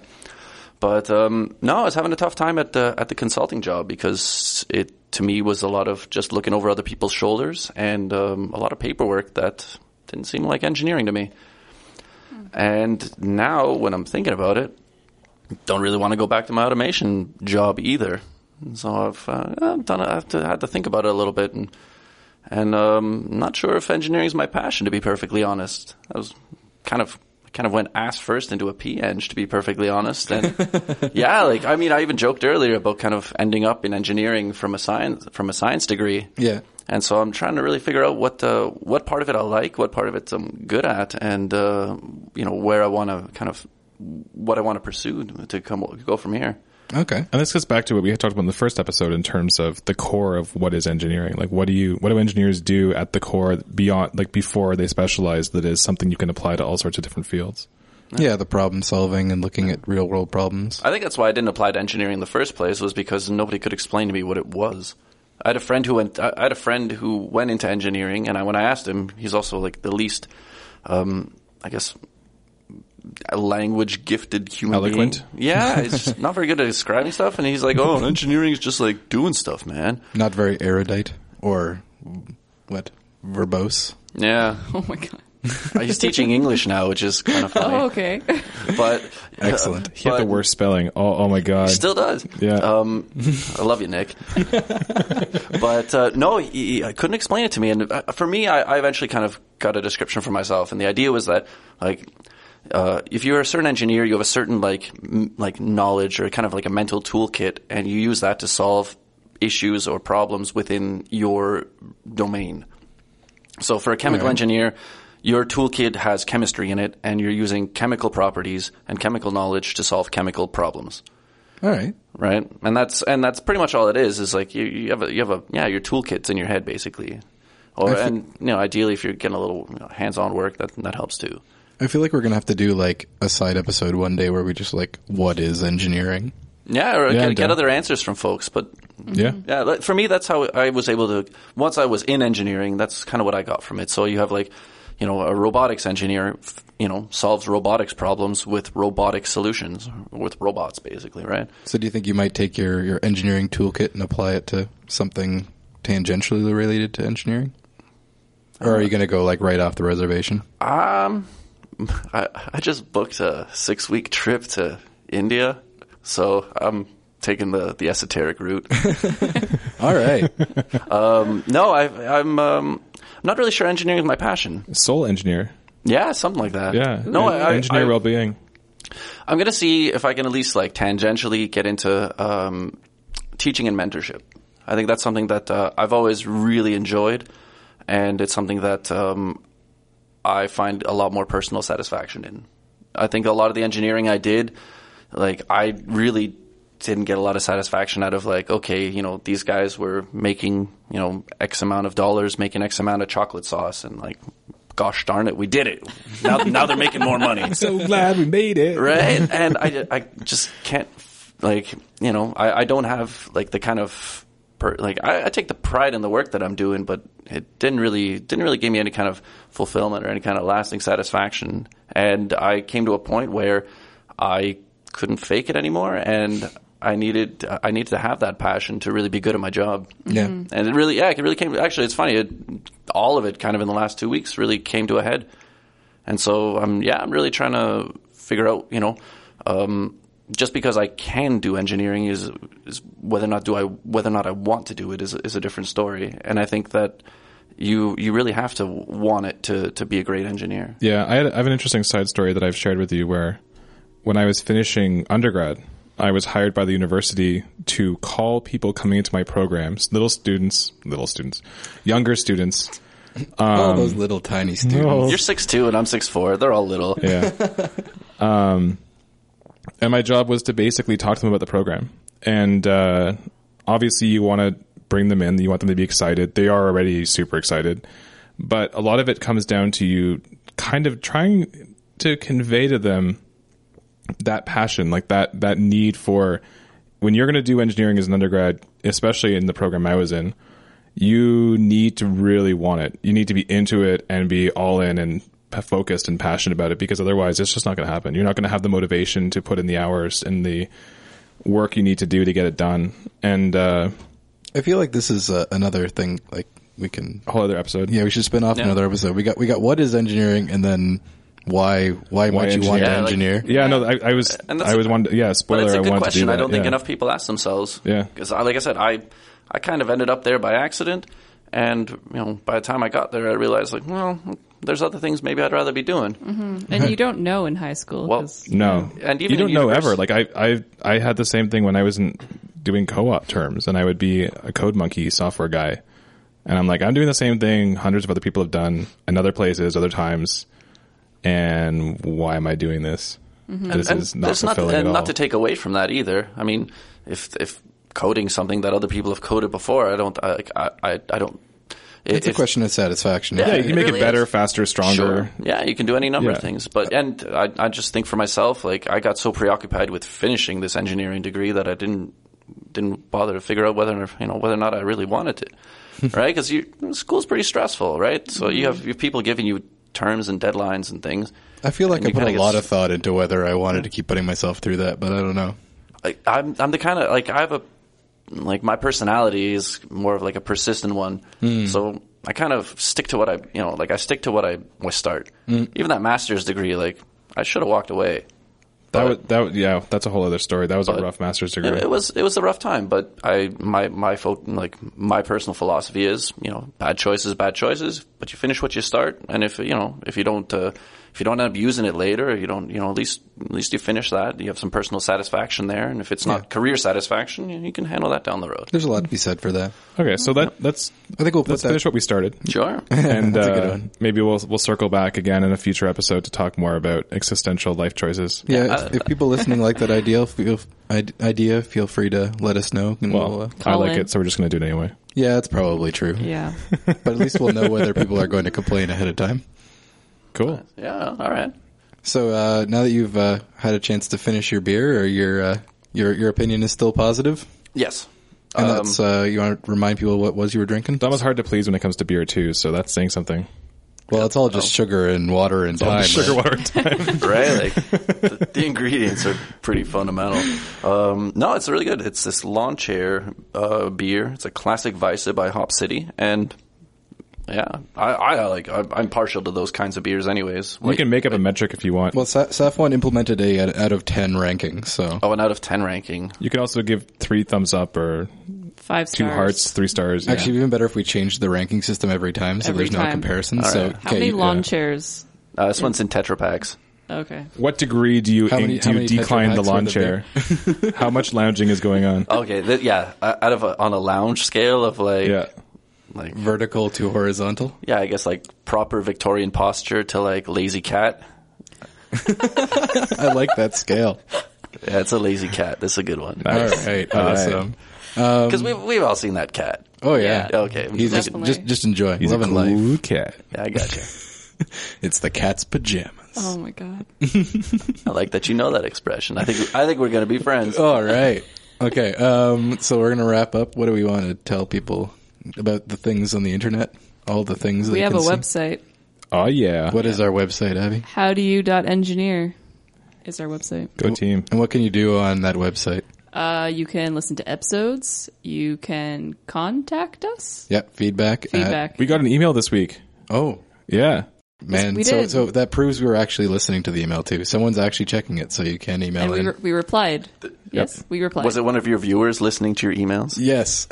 [SPEAKER 4] But um, no, I was having a tough time at the at the consulting job because it to me was a lot of just looking over other people's shoulders and um, a lot of paperwork that didn't seem like engineering to me. And now, when I'm thinking about it, don't really want to go back to my automation job either. So I've, uh, I've done. I've to, had to think about it a little bit, and and um, not sure if engineering is my passion. To be perfectly honest, I was kind of kind of went ass first into a P-Eng, to be perfectly honest. And yeah, like I mean, I even joked earlier about kind of ending up in engineering from a science from a science degree.
[SPEAKER 3] yeah.
[SPEAKER 4] And so I'm trying to really figure out what uh, what part of it I like, what part of it I'm good at, and uh, you know where I want to kind of what I want to pursue to come go from here.
[SPEAKER 3] Okay.
[SPEAKER 1] And this gets back to what we had talked about in the first episode in terms of the core of what is engineering. Like, what do you, what do engineers do at the core beyond, like, before they specialize that is something you can apply to all sorts of different fields?
[SPEAKER 3] Yeah, the problem solving and looking at real world problems.
[SPEAKER 4] I think that's why I didn't apply to engineering in the first place was because nobody could explain to me what it was. I had a friend who went. I I had a friend who went into engineering, and I, when I asked him, he's also like the least, um, I guess, a language gifted human.
[SPEAKER 1] Eloquent?
[SPEAKER 4] being. Yeah, he's just not very good at describing stuff, and he's like, "Oh, engineering is just like doing stuff, man."
[SPEAKER 3] Not very erudite or what? Verbose.
[SPEAKER 4] Yeah,
[SPEAKER 2] Oh my god.
[SPEAKER 4] He's teaching English now, which is kind of funny.
[SPEAKER 2] Oh, okay.
[SPEAKER 4] But
[SPEAKER 3] Excellent.
[SPEAKER 1] He had the
[SPEAKER 4] But-
[SPEAKER 1] worst spelling. Oh, oh my God.
[SPEAKER 4] still does.
[SPEAKER 1] Yeah.
[SPEAKER 4] Um, I love you, Nick. but uh, no, he, he- I couldn't explain it to me. And uh, for me, I, I eventually kind of got a description for myself. And the idea was that, like, uh, if you're a certain engineer, you have a certain like m- like knowledge or kind of like a mental toolkit, and you use that to solve issues or problems within your domain. So for a chemical engineer, your toolkit has chemistry in it, and you're using chemical properties and chemical knowledge to solve chemical problems
[SPEAKER 3] All right.
[SPEAKER 4] right? And that's and that's pretty much all it is. Is like you, you have a you have a yeah your toolkit's in your head basically, or
[SPEAKER 3] thi-
[SPEAKER 4] and you know ideally if you're getting a little you know, hands-on work that that helps too.
[SPEAKER 3] I feel like we're gonna have to do like a side episode one day where we just like what is engineering?
[SPEAKER 4] Yeah, or
[SPEAKER 1] Yeah,
[SPEAKER 4] get, get
[SPEAKER 1] duh.
[SPEAKER 4] other answers from folks. But
[SPEAKER 1] yeah.
[SPEAKER 4] yeah, like, for me that's how I was able to once I was in engineering. That's kind of what I got from it. So you have like you know a robotics engineer. f- You know, solves robotics problems with robotic solutions with robots, basically, right?
[SPEAKER 3] So do you think you might take your, your engineering toolkit and apply it to something tangentially related to engineering? Or are you gonna go like right off the reservation?
[SPEAKER 4] Um, I, I just booked a six week trip to India, so I'm taking the, the esoteric route.
[SPEAKER 3] All right.
[SPEAKER 4] no, I, I'm um, I'm not really sure engineering is my passion.
[SPEAKER 1] Soul engineer.
[SPEAKER 4] Yeah, something like that.
[SPEAKER 1] Yeah.
[SPEAKER 4] No, I, I,
[SPEAKER 1] engineer
[SPEAKER 4] I-
[SPEAKER 1] well being.
[SPEAKER 4] I'm gonna see if I can at least like tangentially get into um, teaching and mentorship. I think that's something that uh, I've always really enjoyed, and it's something that um, I find a lot more personal satisfaction in. I think a lot of the engineering I did, like I really didn't get a lot of satisfaction out of like, okay, you know, these guys were making, you know, X amount of dollars, making X amount of chocolate sauce and like, gosh darn it, we did it. Now, now they're making more money
[SPEAKER 1] So glad we made it.
[SPEAKER 4] right? and I, I just can't, like, you know, I, I don't have, like, the kind of, per, like, I, I take the pride in the work that I'm doing, but it didn't really, didn't really give me any kind of fulfillment or any kind of lasting satisfaction. And I came to a point where I couldn't fake it anymore, and I needed I needed to have that passion to really be good at my job.
[SPEAKER 3] Yeah.
[SPEAKER 4] And it really, yeah, it really came. Actually, it's funny. It, all of it, kind of in the last two weeks, really came to a head. And so, I'm yeah, I'm really trying to figure out, you know, um, just because I can do engineering is is whether or not do I whether or not I want to do it is is a different story. And I think that you you really have to want it to to be a great engineer.
[SPEAKER 1] Yeah, I, had, I have an interesting side story that I've shared with you where when I was finishing undergrad, I was hired by the university to call people coming into my programs, little students, little students, younger students.
[SPEAKER 3] All those little tiny
[SPEAKER 1] Oh.
[SPEAKER 3] students.
[SPEAKER 4] You're six two and I'm six four. They're all little.
[SPEAKER 1] Yeah. um, and my job was to basically talk to them about the program. And uh, obviously, you want to bring them in. You want them to be excited. They are already super excited. But a lot of it comes down to you kind of trying to convey to them that passion, like that that need for when you're going to do engineering as an undergrad, especially in the program I was in, you need to really want it. You need to be into it and be all in and p- focused and passionate about it because otherwise it's just not going to happen. You're not going to have the motivation to put in the hours and the work you need to do to get it done. And uh
[SPEAKER 3] I feel like this is uh, another thing. Like we can,
[SPEAKER 1] whole other episode.
[SPEAKER 3] yeah, we should spin off another episode. We got we got what is engineering, and then why why, might you want
[SPEAKER 4] engineer?
[SPEAKER 3] to
[SPEAKER 4] Yeah,
[SPEAKER 3] engineer?
[SPEAKER 4] like-
[SPEAKER 1] Yeah, no, I, I was,
[SPEAKER 4] And that's-
[SPEAKER 1] I was one. Yeah,
[SPEAKER 4] But
[SPEAKER 1] spoiler.
[SPEAKER 4] it's a
[SPEAKER 1] I
[SPEAKER 4] good
[SPEAKER 1] wanted to do
[SPEAKER 4] question. I
[SPEAKER 1] that,
[SPEAKER 4] don't think
[SPEAKER 1] yeah.
[SPEAKER 4] enough people ask themselves.
[SPEAKER 1] Yeah.
[SPEAKER 4] Because, uh, like I said, I I kind of ended up there by accident, and you know, by the time I got there, I realized like, well, there's other things maybe I'd rather be doing.
[SPEAKER 2] and you don't know in high school.
[SPEAKER 4] Well,
[SPEAKER 2] 'cause-
[SPEAKER 1] No,
[SPEAKER 4] And even
[SPEAKER 1] you don't
[SPEAKER 4] in
[SPEAKER 1] know
[SPEAKER 4] univers-
[SPEAKER 1] ever. Like I, I, I had the same thing when I was in doing co-op terms, and I would be a code monkey software guy, and I'm like, I'm doing the same thing hundreds of other people have done in other places, other times, and why am I doing this? This
[SPEAKER 4] Mm-hmm. And
[SPEAKER 1] is not
[SPEAKER 4] it's
[SPEAKER 1] fulfilling
[SPEAKER 4] and
[SPEAKER 1] at all.
[SPEAKER 4] not to take away from that either. I mean, if if coding something that other people have coded before, I don't. I I, I I don't.
[SPEAKER 3] It's a
[SPEAKER 4] if-
[SPEAKER 3] question of satisfaction.
[SPEAKER 1] yeah, you
[SPEAKER 4] it
[SPEAKER 1] can make
[SPEAKER 4] really
[SPEAKER 1] it better,
[SPEAKER 4] is.
[SPEAKER 1] faster, stronger.
[SPEAKER 4] Sure. Yeah, you can do any number
[SPEAKER 1] Yeah.
[SPEAKER 4] of things. But and I, I just think for myself, like I got so preoccupied with finishing this engineering degree that I didn't didn't bother to figure out whether or- you know whether or not I really wanted it, right? Because school's pretty stressful, right? So you
[SPEAKER 1] Mm-hmm.
[SPEAKER 4] have, you have people giving you terms and deadlines and things.
[SPEAKER 3] I feel like
[SPEAKER 4] And
[SPEAKER 3] I
[SPEAKER 4] you
[SPEAKER 3] put a
[SPEAKER 4] kinda get
[SPEAKER 3] lot
[SPEAKER 4] s-
[SPEAKER 3] of thought into whether I wanted to keep putting myself through that, but I don't know.
[SPEAKER 4] like I'm I'm the kind of like I have a like my personality is more of like a persistent one. So I kind of stick to what I you know like I stick to what I I start. Even that master's degree, like I should have walked away.
[SPEAKER 1] That would, that would, yeah, that's a whole other story. That was a rough master's degree.
[SPEAKER 4] It, it was it was a rough time, but I my my fo- like my personal philosophy is you know bad choices, bad choices, but you finish what you start, and if you know if you don't uh, if you don't end up using it later, you don't you know at least at least you finish that. You have some personal satisfaction there, and if it's not career satisfaction, you, you can handle that down the road.
[SPEAKER 3] There's a lot to be said for that.
[SPEAKER 1] okay, so that let's
[SPEAKER 3] I think we'll put
[SPEAKER 1] let's
[SPEAKER 3] that.
[SPEAKER 1] finish what we started.
[SPEAKER 4] Sure.
[SPEAKER 1] and
[SPEAKER 3] a good
[SPEAKER 1] uh,
[SPEAKER 3] one.
[SPEAKER 1] maybe we'll we'll circle back again in a future episode to talk more about existential life choices.
[SPEAKER 3] Yeah, if, if people listening like that ideal feel id- idea, feel free to let us know. and we'll,
[SPEAKER 1] Well,
[SPEAKER 3] uh,
[SPEAKER 1] I
[SPEAKER 2] Call
[SPEAKER 1] like
[SPEAKER 2] in.
[SPEAKER 1] it, so we're just going to do it anyway.
[SPEAKER 3] yeah, that's probably true.
[SPEAKER 2] yeah.
[SPEAKER 3] But at least we'll know whether people are going to complain ahead of time.
[SPEAKER 1] Cool.
[SPEAKER 4] Yeah, all right.
[SPEAKER 3] So uh, now that you've uh, had a chance to finish your beer, or your uh, your your opinion is still positive,
[SPEAKER 4] Yes.
[SPEAKER 3] and
[SPEAKER 4] Um,
[SPEAKER 3] that's uh, you want to remind people what was you were drinking.
[SPEAKER 1] Dom is hard to please when it comes to beer too, so that's saying something.
[SPEAKER 3] Well, it's all just sugar and water and time.
[SPEAKER 1] Sugar
[SPEAKER 3] right?
[SPEAKER 1] water.
[SPEAKER 4] right? Like the, the ingredients are pretty fundamental. Um, no, it's really good. It's this lawn chair uh, beer. It's a classic Weisse by Hop City, and yeah, I, I like. I'm, I'm partial to those kinds of beers, anyways.
[SPEAKER 1] you
[SPEAKER 4] Like,
[SPEAKER 1] can make up a metric if you want.
[SPEAKER 3] Well, Sa- Safwan implemented a out- out of ten ranking, so
[SPEAKER 4] oh, an out of ten ranking.
[SPEAKER 1] you can also give three thumbs up or
[SPEAKER 2] Five stars.
[SPEAKER 1] two hearts, three stars. Yeah.
[SPEAKER 3] actually even better if we changed the ranking system every time, so
[SPEAKER 2] Every
[SPEAKER 3] there's no
[SPEAKER 2] time.
[SPEAKER 3] comparison.
[SPEAKER 4] All
[SPEAKER 3] So
[SPEAKER 4] right.
[SPEAKER 2] How
[SPEAKER 3] okay, uh,
[SPEAKER 2] many
[SPEAKER 3] yeah.
[SPEAKER 2] lawn chairs?
[SPEAKER 4] Uh, this one's in Tetra packs.
[SPEAKER 2] Okay.
[SPEAKER 1] what degree do you
[SPEAKER 3] How many-
[SPEAKER 1] in- do
[SPEAKER 3] how
[SPEAKER 1] you
[SPEAKER 3] many Tetra
[SPEAKER 1] decline the
[SPEAKER 3] Paks
[SPEAKER 1] lawn
[SPEAKER 3] worth
[SPEAKER 1] chair?
[SPEAKER 3] of
[SPEAKER 1] How much lounging is going on?
[SPEAKER 4] Okay, th- yeah, uh, out of a, on a lounge scale of like,
[SPEAKER 1] Yeah.
[SPEAKER 4] like
[SPEAKER 3] vertical to horizontal?
[SPEAKER 4] yeah, I guess like proper Victorian posture to like lazy cat.
[SPEAKER 3] I like that scale.
[SPEAKER 4] Yeah, it's a lazy cat. This is a good one
[SPEAKER 3] All
[SPEAKER 1] Nice.
[SPEAKER 3] right,
[SPEAKER 1] All right.
[SPEAKER 3] awesome.
[SPEAKER 4] because we've we've all seen that cat.
[SPEAKER 3] Oh yeah,
[SPEAKER 2] Yeah.
[SPEAKER 4] Okay,
[SPEAKER 3] he's just,
[SPEAKER 2] Definitely.
[SPEAKER 3] just just enjoy.
[SPEAKER 1] He's
[SPEAKER 3] Love
[SPEAKER 1] a
[SPEAKER 3] and life.
[SPEAKER 1] cool cat.
[SPEAKER 4] yeah, I got you.
[SPEAKER 3] It's the cat's pajamas.
[SPEAKER 2] Oh my god.
[SPEAKER 4] I like that you know that expression. I think I think we're gonna be friends.
[SPEAKER 3] All right. Okay. Um, so we're gonna wrap up. What do we want to tell people about the things on the internet? All the things that
[SPEAKER 2] We
[SPEAKER 3] they
[SPEAKER 2] have a
[SPEAKER 3] can see?
[SPEAKER 2] website.
[SPEAKER 1] Oh yeah.
[SPEAKER 3] What is our website, Abby?
[SPEAKER 2] How do you dot engineer is our website.
[SPEAKER 1] Go team.
[SPEAKER 3] And what can you do on that website?
[SPEAKER 2] Uh, you can listen to episodes. You can contact us.
[SPEAKER 3] Yep. Feedback. at-
[SPEAKER 2] Feedback.
[SPEAKER 1] We got an email this week.
[SPEAKER 3] oh
[SPEAKER 1] Yeah.
[SPEAKER 3] man.
[SPEAKER 2] we
[SPEAKER 3] so
[SPEAKER 2] did.
[SPEAKER 3] so that proves we were actually listening to the email too. Someone's actually checking it, so you can email
[SPEAKER 2] and we,
[SPEAKER 3] in.
[SPEAKER 2] re- we replied. Yes, we replied.
[SPEAKER 4] Was it one of your viewers listening to your emails?
[SPEAKER 3] yes.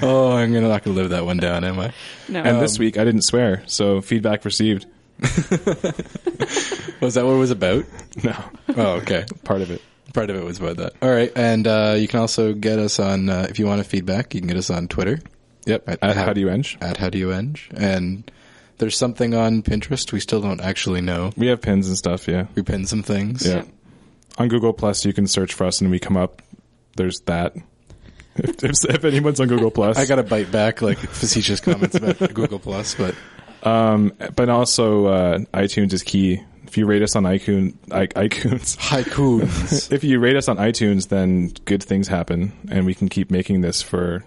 [SPEAKER 3] oh, I'm gonna not gonna live that one down, am I?
[SPEAKER 2] No.
[SPEAKER 1] And this
[SPEAKER 3] Um,
[SPEAKER 1] week I didn't swear, so feedback received.
[SPEAKER 3] Was that what it was about?
[SPEAKER 1] No,
[SPEAKER 3] Oh, okay.
[SPEAKER 1] part of it.
[SPEAKER 3] Part of it was about that. All right, and uh, you can also get us on uh, if you want a feedback. You can get us on Twitter
[SPEAKER 1] Yep.
[SPEAKER 3] At-
[SPEAKER 1] At
[SPEAKER 3] how-
[SPEAKER 1] how do you eng?
[SPEAKER 3] at How Do You Eng, and there's something on Pinterest. We still don't actually know.
[SPEAKER 1] We have pins and stuff. Yeah.
[SPEAKER 3] We pin some things.
[SPEAKER 1] Yeah. On Google Plus, you can search for us, and we come up. There's that. if, if, if anyone's on Google Plus,
[SPEAKER 3] I got to bite back like facetious comments about Google Plus, but
[SPEAKER 1] but also uh, iTunes is key. If you rate us on iTunes, I, iTunes,
[SPEAKER 3] haikus.
[SPEAKER 1] if you rate us on iTunes, then good things happen, and we can keep making this for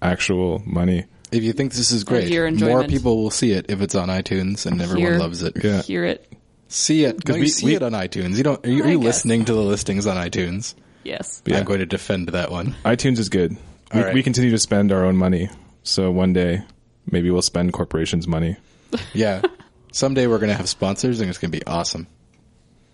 [SPEAKER 1] actual money.
[SPEAKER 3] if you think this is great,
[SPEAKER 2] your
[SPEAKER 3] more
[SPEAKER 2] enjoyment.
[SPEAKER 3] people will see it if it's on iTunes, and everyone
[SPEAKER 2] Here.
[SPEAKER 3] loves it.
[SPEAKER 1] Yeah.
[SPEAKER 2] Hear it.
[SPEAKER 3] See it because
[SPEAKER 1] we-
[SPEAKER 3] we see
[SPEAKER 1] we-
[SPEAKER 3] it on iTunes. You don't. Are you, are
[SPEAKER 2] I
[SPEAKER 3] you
[SPEAKER 2] guess.
[SPEAKER 3] listening to the listings on iTunes?
[SPEAKER 2] Yes.
[SPEAKER 1] Yeah.
[SPEAKER 3] I'm going to defend that one.
[SPEAKER 1] iTunes is good. We,
[SPEAKER 3] All right.
[SPEAKER 1] we continue to spend our own money, so one day maybe we'll spend corporations' money.
[SPEAKER 3] Yeah. Someday we're going to have sponsors, and it's going to be awesome.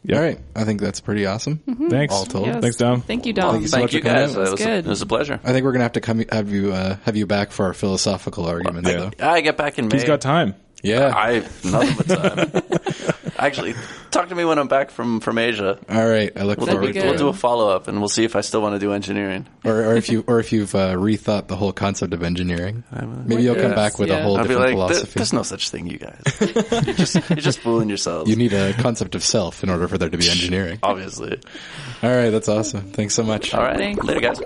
[SPEAKER 1] Yep. Mm-hmm.
[SPEAKER 3] All right. I think that's pretty awesome.
[SPEAKER 1] Thanks.
[SPEAKER 3] All told.
[SPEAKER 2] Yes.
[SPEAKER 1] Thanks, Dom.
[SPEAKER 2] Thank you, Dom.
[SPEAKER 3] Thank you so
[SPEAKER 4] Thank
[SPEAKER 3] much
[SPEAKER 4] you
[SPEAKER 3] for coming
[SPEAKER 4] guys.
[SPEAKER 3] out.
[SPEAKER 4] It was, a,
[SPEAKER 2] Good.
[SPEAKER 4] it was a pleasure.
[SPEAKER 3] I think we're going to have to come have you uh, have you back for our philosophical argument. though.
[SPEAKER 4] I get back in May.
[SPEAKER 1] He's got time.
[SPEAKER 3] Yeah.
[SPEAKER 4] I nothing but time. Actually, talk to me when I'm back from from Asia.
[SPEAKER 3] All right. I look
[SPEAKER 2] That'd
[SPEAKER 3] forward
[SPEAKER 2] be
[SPEAKER 3] to
[SPEAKER 2] good.
[SPEAKER 4] We'll
[SPEAKER 3] it.
[SPEAKER 4] do a follow up, and we'll see if I still want to do engineering.
[SPEAKER 3] or, or if you or if you've uh, rethought the whole concept of engineering, maybe you'll come
[SPEAKER 2] Yes,
[SPEAKER 3] back with a
[SPEAKER 2] yeah.
[SPEAKER 3] whole
[SPEAKER 2] I'll
[SPEAKER 4] I'll be
[SPEAKER 3] different
[SPEAKER 4] like, "There-
[SPEAKER 3] philosophy.
[SPEAKER 4] there's no such thing, you guys. you're, just, you're just fooling yourselves.
[SPEAKER 3] You need a concept of self in order for there to be engineering.
[SPEAKER 4] obviously.
[SPEAKER 3] All right, that's awesome. Thanks so much.
[SPEAKER 4] All right,
[SPEAKER 2] Thanks.
[SPEAKER 4] later, guys.